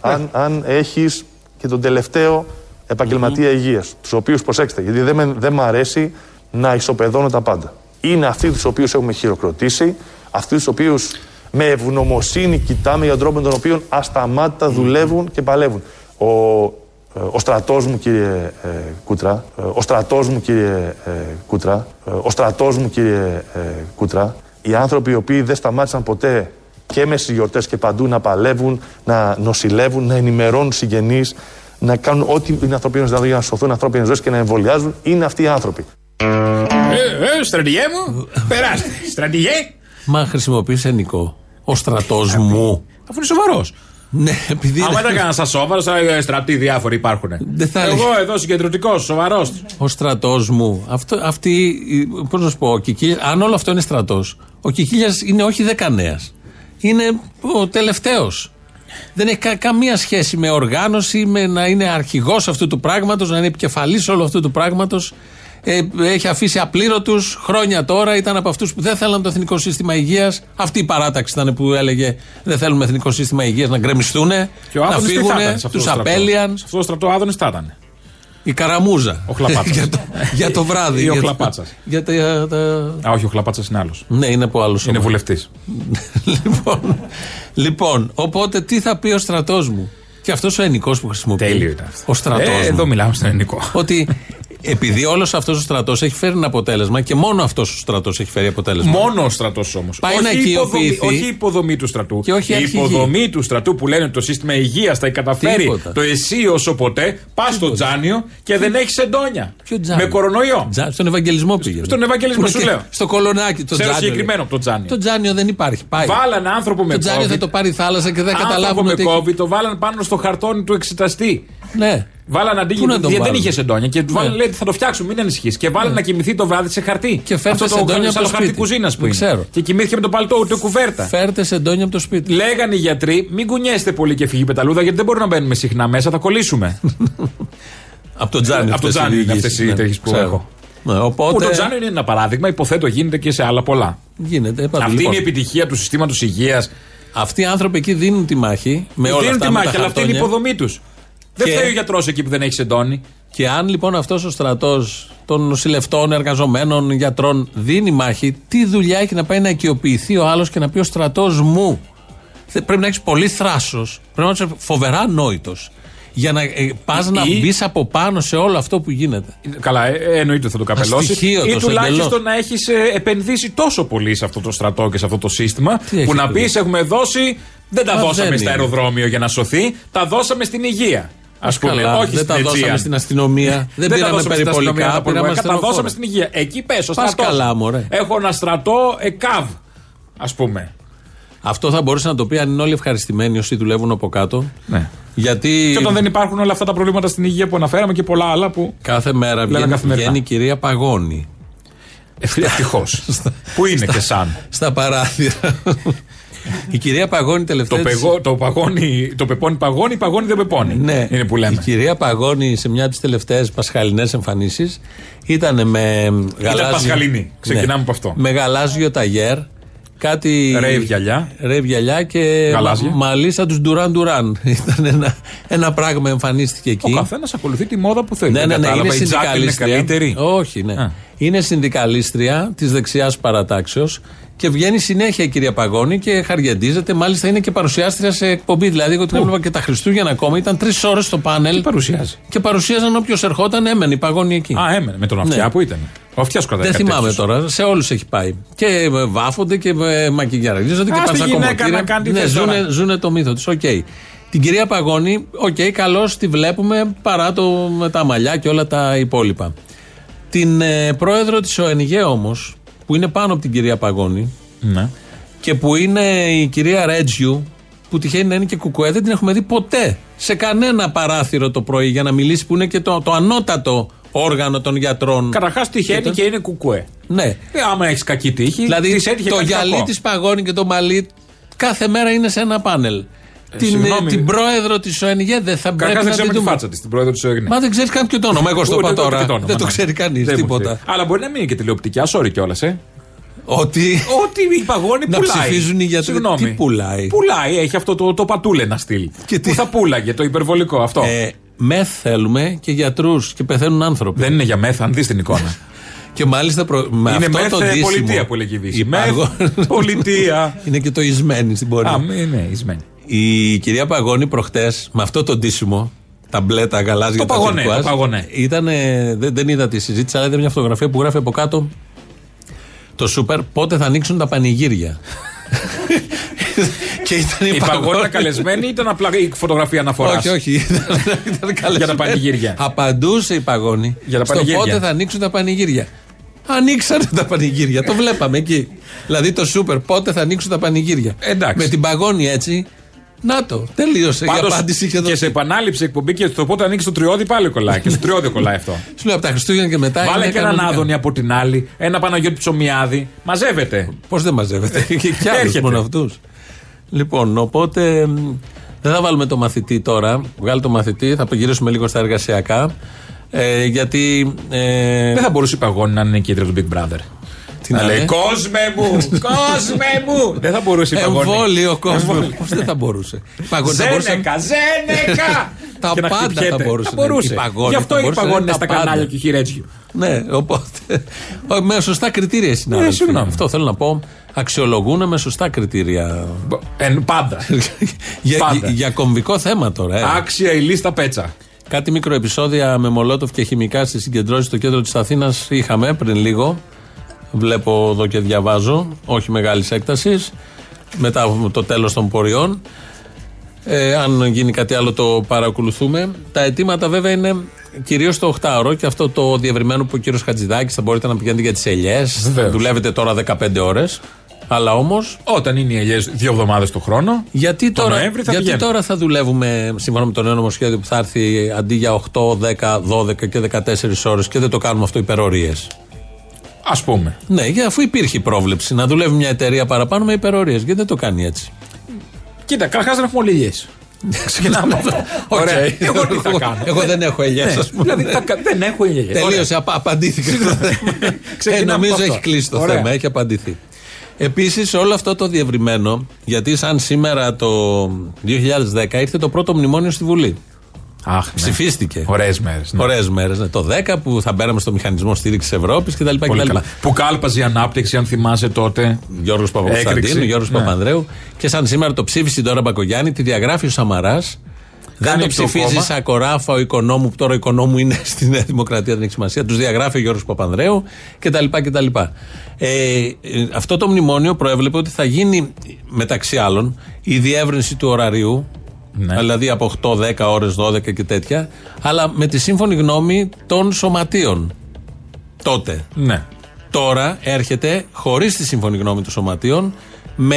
Speaker 6: αν, αν έχεις και τον τελευταίο επαγγελματία υγείας, τους οποίους προσέξτε, γιατί δεν, με- δεν μ' αρέσει να ισοπεδώνω τα πάντα. Είναι αυτοί τους οποίους έχουμε χειροκροτήσει, αυτοί τους οποίους με ευγνωμοσύνη κοιτάμε για τον τρόπο με τον οποίο ασταμάτητα δουλεύουν και παλεύουν. Ο, ε, ο στρατός μου κύριε ε, Κούτρα, ε, ο στρατός μου κύριε ε, Κούτρα, ε, ο στρατός μου κύριε ε, Κούτρα, οι άνθρωποι οι οποίοι δεν σταμάτησαν ποτέ και με στις γιορτές και παντού να παλεύουν, να νοσηλεύουν, να ενημερώνουν συγγενείς, να κάνουν ό,τι είναι ανθρωπίνος δυνατό για να σωθούν ανθρώπινες ζωές και να εμβολιάζουν, είναι αυτοί οι άνθρωποι.
Speaker 4: Ε, ε, στρατηγέ μου,
Speaker 3: [laughs]
Speaker 4: περάστε. Στρατηγέ,
Speaker 3: Μα χρησιμοποιεί ενικό. Ο στρατός μου.
Speaker 4: αφού είναι σοβαρός.
Speaker 3: Ναι, επειδή.
Speaker 4: Άμα
Speaker 3: είναι-
Speaker 4: ήταν κανένα σοβαρός, θα έλεγα, «Ε, στρατοί διάφοροι υπάρχουν.
Speaker 3: Δεν θα
Speaker 4: Εγώ
Speaker 3: έλεγα.
Speaker 4: εδώ συγκεντρωτικός, σοβαρός.
Speaker 3: Ο στρατός μου. Αυτό, αυτή. Πώς να σου πω, ο Κικίλιας- αν όλο αυτό είναι στρατός, ο Κικίλιας είναι όχι δεκανέας. Είναι ο τελευταίος. Δεν έχει κα- καμία σχέση με οργάνωση, με να είναι αρχηγός αυτού του πράγματος, να είναι επικεφαλής όλου αυτού του πράγματος. Ε, έχει αφήσει απλήρωτους χρόνια τώρα. Ήταν από αυτούς που δεν θέλαν το εθνικό σύστημα υγείας. Αυτή η παράταξη ήταν που έλεγε Δεν θέλουμε εθνικό σύστημα υγείας να γκρεμιστούν,
Speaker 4: Και ο
Speaker 3: να
Speaker 4: Άδωνης τι
Speaker 3: φύγουν,
Speaker 4: θα ήταν σε αυτό το
Speaker 3: τους
Speaker 4: στρατό.
Speaker 3: απέλυαν.
Speaker 4: Σε αυτό το στρατό ο Άδωνης θα ήταν.
Speaker 3: Η καραμούζα.
Speaker 4: Ο Χλαπάτσας.
Speaker 3: για, το, για το βράδυ.
Speaker 4: Ή ο
Speaker 3: για το-
Speaker 4: Χλαπάτσας.
Speaker 3: Για τα, για τα-
Speaker 4: Α, όχι, ο Χλαπάτσας είναι άλλος.
Speaker 3: Ναι, είναι από άλλο
Speaker 4: Είναι
Speaker 3: σώμα.
Speaker 4: βουλευτής.
Speaker 3: [laughs] λοιπόν, λοιπόν, οπότε τι θα πει ο στρατός μου. Και αυτός ο ενικός που χρησιμοποιεί.
Speaker 4: Τέλειο ήταν αυτό.
Speaker 3: Ο στρατός.
Speaker 4: Ε, εδώ μιλάμε στον ελληνικό.
Speaker 3: Ότι επειδή όλος αυτός ο στρατός έχει φέρει ένα αποτέλεσμα και μόνο αυτός ο στρατός έχει φέρει αποτέλεσμα.
Speaker 4: Μόνο ο στρατός όμως.
Speaker 3: Πάει
Speaker 4: όχι
Speaker 3: να
Speaker 4: η υποδομή-
Speaker 3: οικειοποιηθεί.
Speaker 4: Όχι η υποδομή του στρατού.
Speaker 3: Και όχι
Speaker 4: η
Speaker 3: αρχηγοί.
Speaker 4: υποδομή του στρατού που λένε ότι το σύστημα υγείας θα καταφέρει
Speaker 3: Τίποτα.
Speaker 4: το εσύ όσο ποτέ. Πας στο τζάνιο και δεν έχεις εντόνια.
Speaker 3: Ποιο τζάνι.
Speaker 4: Με κορονοϊό.
Speaker 3: Τζάνι, στον Ευαγγελισμό πήγε.
Speaker 4: στον Ευαγγελισμό, σου λέω.
Speaker 3: Στο κολονάκι. Το
Speaker 4: Ξέρω
Speaker 3: τζάνιο,
Speaker 4: συγκεκριμένο
Speaker 3: λέει.
Speaker 4: το τζάνιο.
Speaker 3: Το τζάνιο δεν υπάρχει. Πάει.
Speaker 4: Βάλανε άνθρωπο με
Speaker 3: το τζάνιο
Speaker 4: COVID.
Speaker 3: θα το πάρει η θάλασσα και δεν
Speaker 4: Άνθρωπο
Speaker 3: καταλάβουν
Speaker 4: με
Speaker 3: ότι. έχει-
Speaker 4: COVID, το βάλαν πάνω στο χαρτόνι του εξεταστή.
Speaker 3: Ναι.
Speaker 4: Βάλανε
Speaker 3: να
Speaker 4: αντίγενο.
Speaker 3: τον
Speaker 4: Γιατί δεν
Speaker 3: βάλουν.
Speaker 4: είχε εντόνια. Και του
Speaker 3: Ναι.
Speaker 4: βάλανε λέει ότι θα το φτιάξουμε, μην ανησυχείς. Και βάλανε να κοιμηθεί το βράδυ σε χαρτί.
Speaker 3: Και
Speaker 4: Αυτό
Speaker 3: φέρτε
Speaker 4: το
Speaker 3: εντόνια
Speaker 4: χαρτί-
Speaker 3: από
Speaker 4: σαν
Speaker 3: το
Speaker 4: το χαρτί
Speaker 3: σπίτι.
Speaker 4: κουζίνας που
Speaker 3: Δεν
Speaker 4: είναι.
Speaker 3: ξέρω.
Speaker 4: Και κοιμήθηκε με το παλτό ούτε κουβέρτα.
Speaker 3: Φέρτε σε ντόνια από το σπίτι.
Speaker 4: Λέγανε οι γιατροί, μην κουνιέστε πολύ και φύγει η πεταλούδα, γιατί δεν μπορούμε να μπαίνουμε συχνά μέσα, θα κολλήσουμε.
Speaker 3: Από το τζάνι.
Speaker 4: Από το
Speaker 3: αυτές
Speaker 4: τζάνι είναι
Speaker 3: διοικήσεις,
Speaker 4: αυτές οι
Speaker 3: ναι.
Speaker 4: τέτοιες που
Speaker 3: Ξέρω.
Speaker 4: έχω.
Speaker 3: Ναι,
Speaker 4: Που το
Speaker 3: [laughs] οπότε
Speaker 4: τζάνο είναι ένα παράδειγμα, υποθέτω γίνεται και σε άλλα πολλά.
Speaker 3: γίνεται. είπατε,
Speaker 4: Αυτή
Speaker 3: λοιπόν.
Speaker 4: είναι η επιτυχία του συστήματος υγείας.
Speaker 3: Αυτοί οι άνθρωποι εκεί δίνουν τη μάχη με όλα
Speaker 4: Δίνουν
Speaker 3: αυτά
Speaker 4: τη
Speaker 3: με τα
Speaker 4: μάχη, αλλά αυτή είναι η
Speaker 3: χαρτόνια.
Speaker 4: υποδομή τους. Δεν
Speaker 3: Και-
Speaker 4: φταίει ο γιατρός εκεί που δεν έχει εντόνι.
Speaker 3: Και αν λοιπόν αυτός ο στρατός των νοσηλευτών, εργαζομένων, γιατρών δίνει μάχη, τι δουλειά έχει να πάει να οικειοποιηθεί ο άλλος και να πει ο στρατός μου. Θε- Πρέπει να έχεις πολύ θράσος, πρέπει να είσαι φοβερά νόητος. Για να ε, πας να
Speaker 4: Ή-
Speaker 3: μπεις από πάνω σε όλο αυτό που γίνεται.
Speaker 4: Καλά, ε, ε, εννοείται θα το καπελώσεις.
Speaker 3: Αστοιχείο
Speaker 4: Ή
Speaker 3: το
Speaker 4: τουλάχιστον
Speaker 3: εντελώς.
Speaker 4: να έχεις επενδύσει τόσο πολύ σε αυτό το στρατό και σε αυτό το σύστημα
Speaker 3: Τι έχει
Speaker 4: που να πει
Speaker 3: επενδύσει.
Speaker 4: έχουμε δώσει. Δεν τα
Speaker 3: Μα
Speaker 4: δώσαμε
Speaker 3: δεν
Speaker 4: στα
Speaker 3: είναι.
Speaker 4: αεροδρόμιο για να σωθεί, τα δώσαμε στην υγεία. Ας πούμε,
Speaker 3: Καλά,
Speaker 4: όχι
Speaker 3: δεν
Speaker 4: στην
Speaker 3: τα δώσαμε
Speaker 4: αιτία.
Speaker 3: στην αστυνομία, δεν,
Speaker 4: τα
Speaker 3: πήραμε
Speaker 4: δώσαμε στην αστυνομία,
Speaker 3: περιπολικά,
Speaker 4: τα
Speaker 3: πήραμε
Speaker 4: πολεμικά, Τα δώσαμε
Speaker 3: ασθενοφόρα.
Speaker 4: στην υγεία. Εκεί πες, ο
Speaker 3: Πας
Speaker 4: στρατός.
Speaker 3: καλά, μωρέ.
Speaker 4: Έχω ένα στρατό ΕΚΑΒ, ας πούμε.
Speaker 3: Αυτό θα μπορούσε να το πει αν είναι όλοι ευχαριστημένοι όσοι δουλεύουν από κάτω.
Speaker 4: Ναι.
Speaker 3: Γιατί
Speaker 4: Και όταν δεν υπάρχουν όλα αυτά τα προβλήματα στην υγεία που αναφέραμε και πολλά άλλα που.
Speaker 3: κάθε μέρα
Speaker 4: Λένε
Speaker 3: βγαίνει,
Speaker 4: καθημερινά.
Speaker 3: βγαίνει η κυρία Παγώνη
Speaker 4: [laughs] Ευτυχώς. που είναι και σαν.
Speaker 3: στα παράθυρα. η κυρία Παγώνη
Speaker 4: Το,
Speaker 3: τελευταία. της-
Speaker 4: πεγό, το, παγώνει, το πεπώνει παγώνει, παγώνει δεν πεπώνει.
Speaker 3: Ναι,
Speaker 4: Είναι που
Speaker 3: Η
Speaker 4: λέμε.
Speaker 3: κυρία Παγώνη σε μια από τις τελευταίες πασχαλινές εμφανίσεις ήταν με γαλάζιο. Ναι.
Speaker 4: πασχαλινή. Ξεκινάμε από αυτό.
Speaker 3: Με γαλάζιο ταγέρ. Κάτι.
Speaker 4: Ρέιβ γυαλιά.
Speaker 3: Ρέιβ γυαλιά και.
Speaker 4: Γαλάζια.
Speaker 3: Μα, μάλιστα τους Ντουράν Ντουράν. [laughs] Ήταν ένα, ένα πράγμα εμφανίστηκε εκεί.
Speaker 4: Ο καθένας ακολουθεί τη μόδα που θέλει.
Speaker 3: Ναι,
Speaker 4: Δεν
Speaker 3: ναι, ναι,
Speaker 4: κατάλαβα,
Speaker 3: είναι
Speaker 4: η Τζάκ είναι
Speaker 3: συνδικαλίστρια.
Speaker 4: καλύτερη.
Speaker 3: Όχι, ναι.
Speaker 4: Α.
Speaker 3: Είναι συνδικαλίστρια της δεξιάς παρατάξεως και βγαίνει συνέχεια η κυρία Παγώνη και χαριεντίζεται. Μάλιστα είναι και παρουσιάστρια σε εκπομπή. Δηλαδή, εγώ την έβλεπα και τα Χριστούγεννα ακόμα. Ήταν τρεις ώρες στο πάνελ.
Speaker 4: Τι παρουσιάζει?
Speaker 3: Και παρουσίαζαν όποιος ερχόταν, έμενε η Παγώνη εκεί.
Speaker 4: Α, έμενε με τον αυτιά
Speaker 3: Ναι.
Speaker 4: που ήταν. Ο αυτιάς κρατάει.
Speaker 3: Δεν
Speaker 4: κάτι
Speaker 3: θυμάμαι
Speaker 4: τέτοιους.
Speaker 3: τώρα, σε όλους έχει πάει. Και ε, βάφονται και ε, μακιγιαραγίζονται και
Speaker 4: Ας τη
Speaker 3: πανσακομωτήρια.
Speaker 4: γυναίκα να κάνει τι
Speaker 3: Ναι,
Speaker 4: θες
Speaker 3: ζουνε,
Speaker 4: τώρα.
Speaker 3: ζουνε το μύθο της. Οκ. Την κυρία Παγώνη, οκ, okay, καλώς τη βλέπουμε παρά το, με τα μαλλιά και όλα τα υπόλοιπα. Την ε, πρόεδρο της ΟΕΝΓΕ όμως, που είναι πάνω από την κυρία Παγώνη
Speaker 4: Ναι.
Speaker 3: και που είναι η κυρία Ρέτζιου, που τυχαίνει να είναι και κουκουέ, δεν την έχουμε δει ποτέ σε κανένα παράθυρο το πρωί για να μιλήσει, που είναι και το, το ανώτατο όργανο των γιατρών.
Speaker 4: Καταρχάς τυχαίνει
Speaker 3: Ήταν.
Speaker 4: και είναι κουκουέ.
Speaker 3: Ναι.
Speaker 4: Ε, άμα έχεις κακή τύχη,
Speaker 3: Δηλαδή
Speaker 4: της έτυχε
Speaker 3: το
Speaker 4: κάτι
Speaker 3: γυαλί
Speaker 4: κακό.
Speaker 3: της παγώνει και το μαλλί κάθε μέρα είναι σε ένα πάνελ. την,
Speaker 4: Ε,
Speaker 3: ε,
Speaker 4: συγγνώμη.
Speaker 3: την πρόεδρο της ΟΕΝΓΕ δεν θα
Speaker 4: Καταρχάς δεν
Speaker 3: πρέπει να την
Speaker 4: ξέρουμε τη
Speaker 3: δούμε.
Speaker 4: φάτσα της, την πρόεδρο της ΟΕΓΝΕ.
Speaker 3: Μα δεν ξέρεις καν ποιο το όνομα. Εγώ στο είπα τώρα. Δεν
Speaker 4: ναι.
Speaker 3: το ξέρει κανείς τίποτα.
Speaker 4: Αλλά μπορεί να μην είναι και τηλεοπτική, sorry κιόλας, ε.
Speaker 3: Ότι.
Speaker 4: Ότι η παγώνη
Speaker 3: Να
Speaker 4: πουλάει.
Speaker 3: ψηφίζουν οι γιατροί.
Speaker 4: Συγγνώμη.
Speaker 3: Τι πουλάει?
Speaker 4: Πουλάει, έχει αυτό το, το πατούλενα στυλ.
Speaker 3: Και τι-
Speaker 4: Που θα πουλάγε, το υπερβολικό αυτό.
Speaker 3: Ε, μεθ θέλουμε και γιατρούς και πεθαίνουν άνθρωποι.
Speaker 4: Δεν είναι για μεθ, αν δεις την εικόνα.
Speaker 3: Και μάλιστα προ... με
Speaker 4: είναι
Speaker 3: αυτό
Speaker 4: μεθ
Speaker 3: το
Speaker 4: ε,
Speaker 3: ντύσιμο
Speaker 4: πολιτεία που έλεγε η Δύση.
Speaker 3: Υπάρχουν-
Speaker 4: Μεθ πολιτεία.
Speaker 3: είναι και το εισμένη στην πορεία.
Speaker 4: Α, μ, ε, ναι, εισμένη.
Speaker 3: Η κυρία Παγώνη προχτές με αυτό το ντύσιμο, τα μπλε, τα γαλάζια,
Speaker 4: Το
Speaker 3: τα
Speaker 4: παγωνέ,
Speaker 3: τυρκουάζ,
Speaker 4: το παγωνέ.
Speaker 3: ήτανε- δεν, δεν είδα τη συζήτηση, αλλά είδα μια φωτογραφία που γράφει από κάτω το σούπερ πότε θα ανοίξουν τα
Speaker 4: [laughs]
Speaker 3: πανηγύρια. και ήταν η,
Speaker 4: Η παγώνη ήταν καλεσμένη ή ήταν απλά η φωτογραφία αναφοράς.
Speaker 3: Ε, Όχι, όχι. Ήταν, ήταν καλεσμένη. [laughs]
Speaker 4: Για τα πανηγύρια.
Speaker 3: Απαντούσε η παγώνη.
Speaker 4: Για τα
Speaker 3: στο
Speaker 4: πανηγύρια.
Speaker 3: πότε θα ανοίξουν τα πανηγύρια. Ανοίξανε τα πανηγύρια. Το βλέπαμε εκεί. Δηλαδή το σούπερ, πότε θα ανοίξουν τα πανηγύρια.
Speaker 4: Εντάξει.
Speaker 3: Με την παγώνη έτσι. Να το, τελείωσε. η
Speaker 4: Πάντως,
Speaker 3: απάντηση είχε
Speaker 4: και
Speaker 3: δώσει.
Speaker 4: σε επανάληψη εκπομπή και στο πότε ανοίξει το τριώδη πάλι κολλάει. Και στο τριώδη κολλάει αυτό.
Speaker 3: Σου λέω από τα Χριστούγεννα και μετά.
Speaker 4: Βάλε
Speaker 3: Ε, είναι
Speaker 4: και έναν
Speaker 3: κανονικά.
Speaker 4: Άδωνη από την άλλη, ένα Παναγιώτη Ψωμιάδη. Μαζεύεται. [laughs]
Speaker 3: Πώς δεν μαζεύεται. και κι άλλους
Speaker 4: Έρχεται.
Speaker 3: μόνο αυτούς. Λοιπόν, οπότε μ, Δεν θα βάλουμε το μαθητή τώρα. Βγάλει το μαθητή, θα γυρίσουμε λίγο στα εργασιακά. Ε, γιατί. Ε,
Speaker 4: Δεν θα μπορούσε η παγόνη να είναι κέντρο του Big Brother.
Speaker 3: Τι
Speaker 4: να
Speaker 3: να
Speaker 4: λέει
Speaker 3: είναι?
Speaker 4: Κόσμε [laughs] μου! Κόσμε μου! Ε, Δεν θα μπορούσε η παγόνη.
Speaker 3: Εμβόλιο κόσμο. Πώς δεν θα μπορούσε. Η παγόνη θα μπορούσε
Speaker 4: Ζένεκα,
Speaker 3: να-
Speaker 4: [laughs] ζένεκα!
Speaker 3: Τα
Speaker 4: Και να
Speaker 3: πάντα θα
Speaker 4: χτυπιέται.
Speaker 3: μπορούσε να- η παγόνη
Speaker 4: Γι'
Speaker 3: θα
Speaker 4: αυτό η
Speaker 3: μπορούσε να
Speaker 4: παγόνη ναι,
Speaker 3: είναι
Speaker 4: είναι στα
Speaker 3: τα πάντα.
Speaker 4: κανάλια και η χειρέτσιου.
Speaker 3: Ναι, οπότε. ο- Με σωστά κριτήρια οι
Speaker 4: Ε,
Speaker 3: συνάδελφοι.
Speaker 4: συγγνώμη.
Speaker 3: Αυτό θέλω να πω. Αξιολογούν με σωστά κριτήρια.
Speaker 4: Εν [laughs] πάντα.
Speaker 3: για,
Speaker 4: Πάντα.
Speaker 3: για- για κομβικό θέμα τώρα. ε.
Speaker 4: Άξια η λίστα πέτσα.
Speaker 3: Κάτι μικροεπισόδια με Μολότοφ και χημικά στι συγκεντρώσει στο κέντρο της Αθήνας είχαμε πριν λίγο. Βλέπω εδώ και διαβάζω. Όχι μεγάλης έκτασης. Μετά από το τέλος των πορεών. Ε, αν γίνει κάτι άλλο, το παρακολουθούμε. Τα αιτήματα βέβαια είναι κυρίως το 8ωρο και αυτό το διευρυμένο που ο κύριος Χατζηδάκης θα μπορείτε να πηγαίνετε για τις ελιές.
Speaker 4: Βεβαίως.
Speaker 3: Δουλεύετε τώρα 15 ώρες. Αλλά όμως
Speaker 4: Όταν είναι οι ελιές δύο εβδομάδες το χρόνο.
Speaker 3: γιατί,
Speaker 4: Το
Speaker 3: τώρα,
Speaker 4: Νοέμβρη θα
Speaker 3: γιατί
Speaker 4: πηγαίνουμε.
Speaker 3: τώρα θα δουλεύουμε σύμφωνα με το νέο νομοσχέδιο που θα έρθει αντί για 8, 10, 12 και 14 ώρες και δεν το κάνουμε αυτό υπερορίες.
Speaker 4: Ας πούμε.
Speaker 3: Ναι, για- αφού υπήρχε η πρόβλεψη να δουλεύει μια εταιρεία παραπάνω με υπερορίες, γιατί δεν το κάνει έτσι.
Speaker 4: Κοίτα, καταρχάς δεν έχουμε όλοι ελιέ. [laughs] Ξεκινάμε
Speaker 3: [laughs]
Speaker 4: από αυτό.
Speaker 3: Οκ.
Speaker 4: Ωραία. Εγώ τι θα
Speaker 3: Εγώ-
Speaker 4: κάνω.
Speaker 3: εγώ δεν έχω ελιέ,
Speaker 4: Ναι,
Speaker 3: ας πούμε.
Speaker 4: Δηλαδή θα κα- δεν έχω ελιέ.
Speaker 3: Τελείωσε. Απα, απαντήθηκε το θέμα.
Speaker 4: Ξεκινάμε
Speaker 3: ε, νομίζω
Speaker 4: από αυτό.
Speaker 3: έχει κλείσει το
Speaker 4: Ωραία.
Speaker 3: θέμα, έχει απαντηθεί. Επίσης, όλο αυτό το διευρυμένο, γιατί σαν σήμερα το 2010 ήρθε το πρώτο μνημόνιο στη Βουλή.
Speaker 4: Αχ, ναι.
Speaker 3: Ψηφίστηκε.
Speaker 4: Ωραίες μέρες.
Speaker 3: Ωραίες μέρες. Ναι. Το 10 που θα μπαίναμε στο μηχανισμό στήριξης Ευρώπης κτλ. κτλ.
Speaker 4: Που κάλπαζε η ανάπτυξη, αν θυμάσαι τότε.
Speaker 3: Γιώργος Παπακοσταντίνου,
Speaker 4: Έκρηξη.
Speaker 3: Γιώργος
Speaker 4: Ναι.
Speaker 3: Παπανδρέου. Και σαν σήμερα το ψήφισε η Ντόρα Μπακογιάννη, τη διαγράφει ο Σαμαράς. Δεν
Speaker 4: Κάνει
Speaker 3: το
Speaker 4: το
Speaker 3: ψηφίζεις
Speaker 4: κόμμα.
Speaker 3: Σακοράφα, ο οικονόμου, που τώρα ο οικονόμου είναι [laughs] στη Νέα Δημοκρατία, δεν έχει σημασία. Τους διαγράφει ο Γιώργος Παπανδρέου κτλ. κτλ. Ε, ε, αυτό το μνημόνιο προέβλεπε ότι θα γίνει μεταξύ άλλων η διεύρυνση του ωραρίου.
Speaker 4: Ναι.
Speaker 3: Δηλαδή από 8, 10 ώρε, 12 και τέτοια, αλλά με τη σύμφωνη γνώμη των σωματείων. Τότε.
Speaker 4: Ναι.
Speaker 3: Τώρα έρχεται χωρίς τη σύμφωνη γνώμη των σωματείων με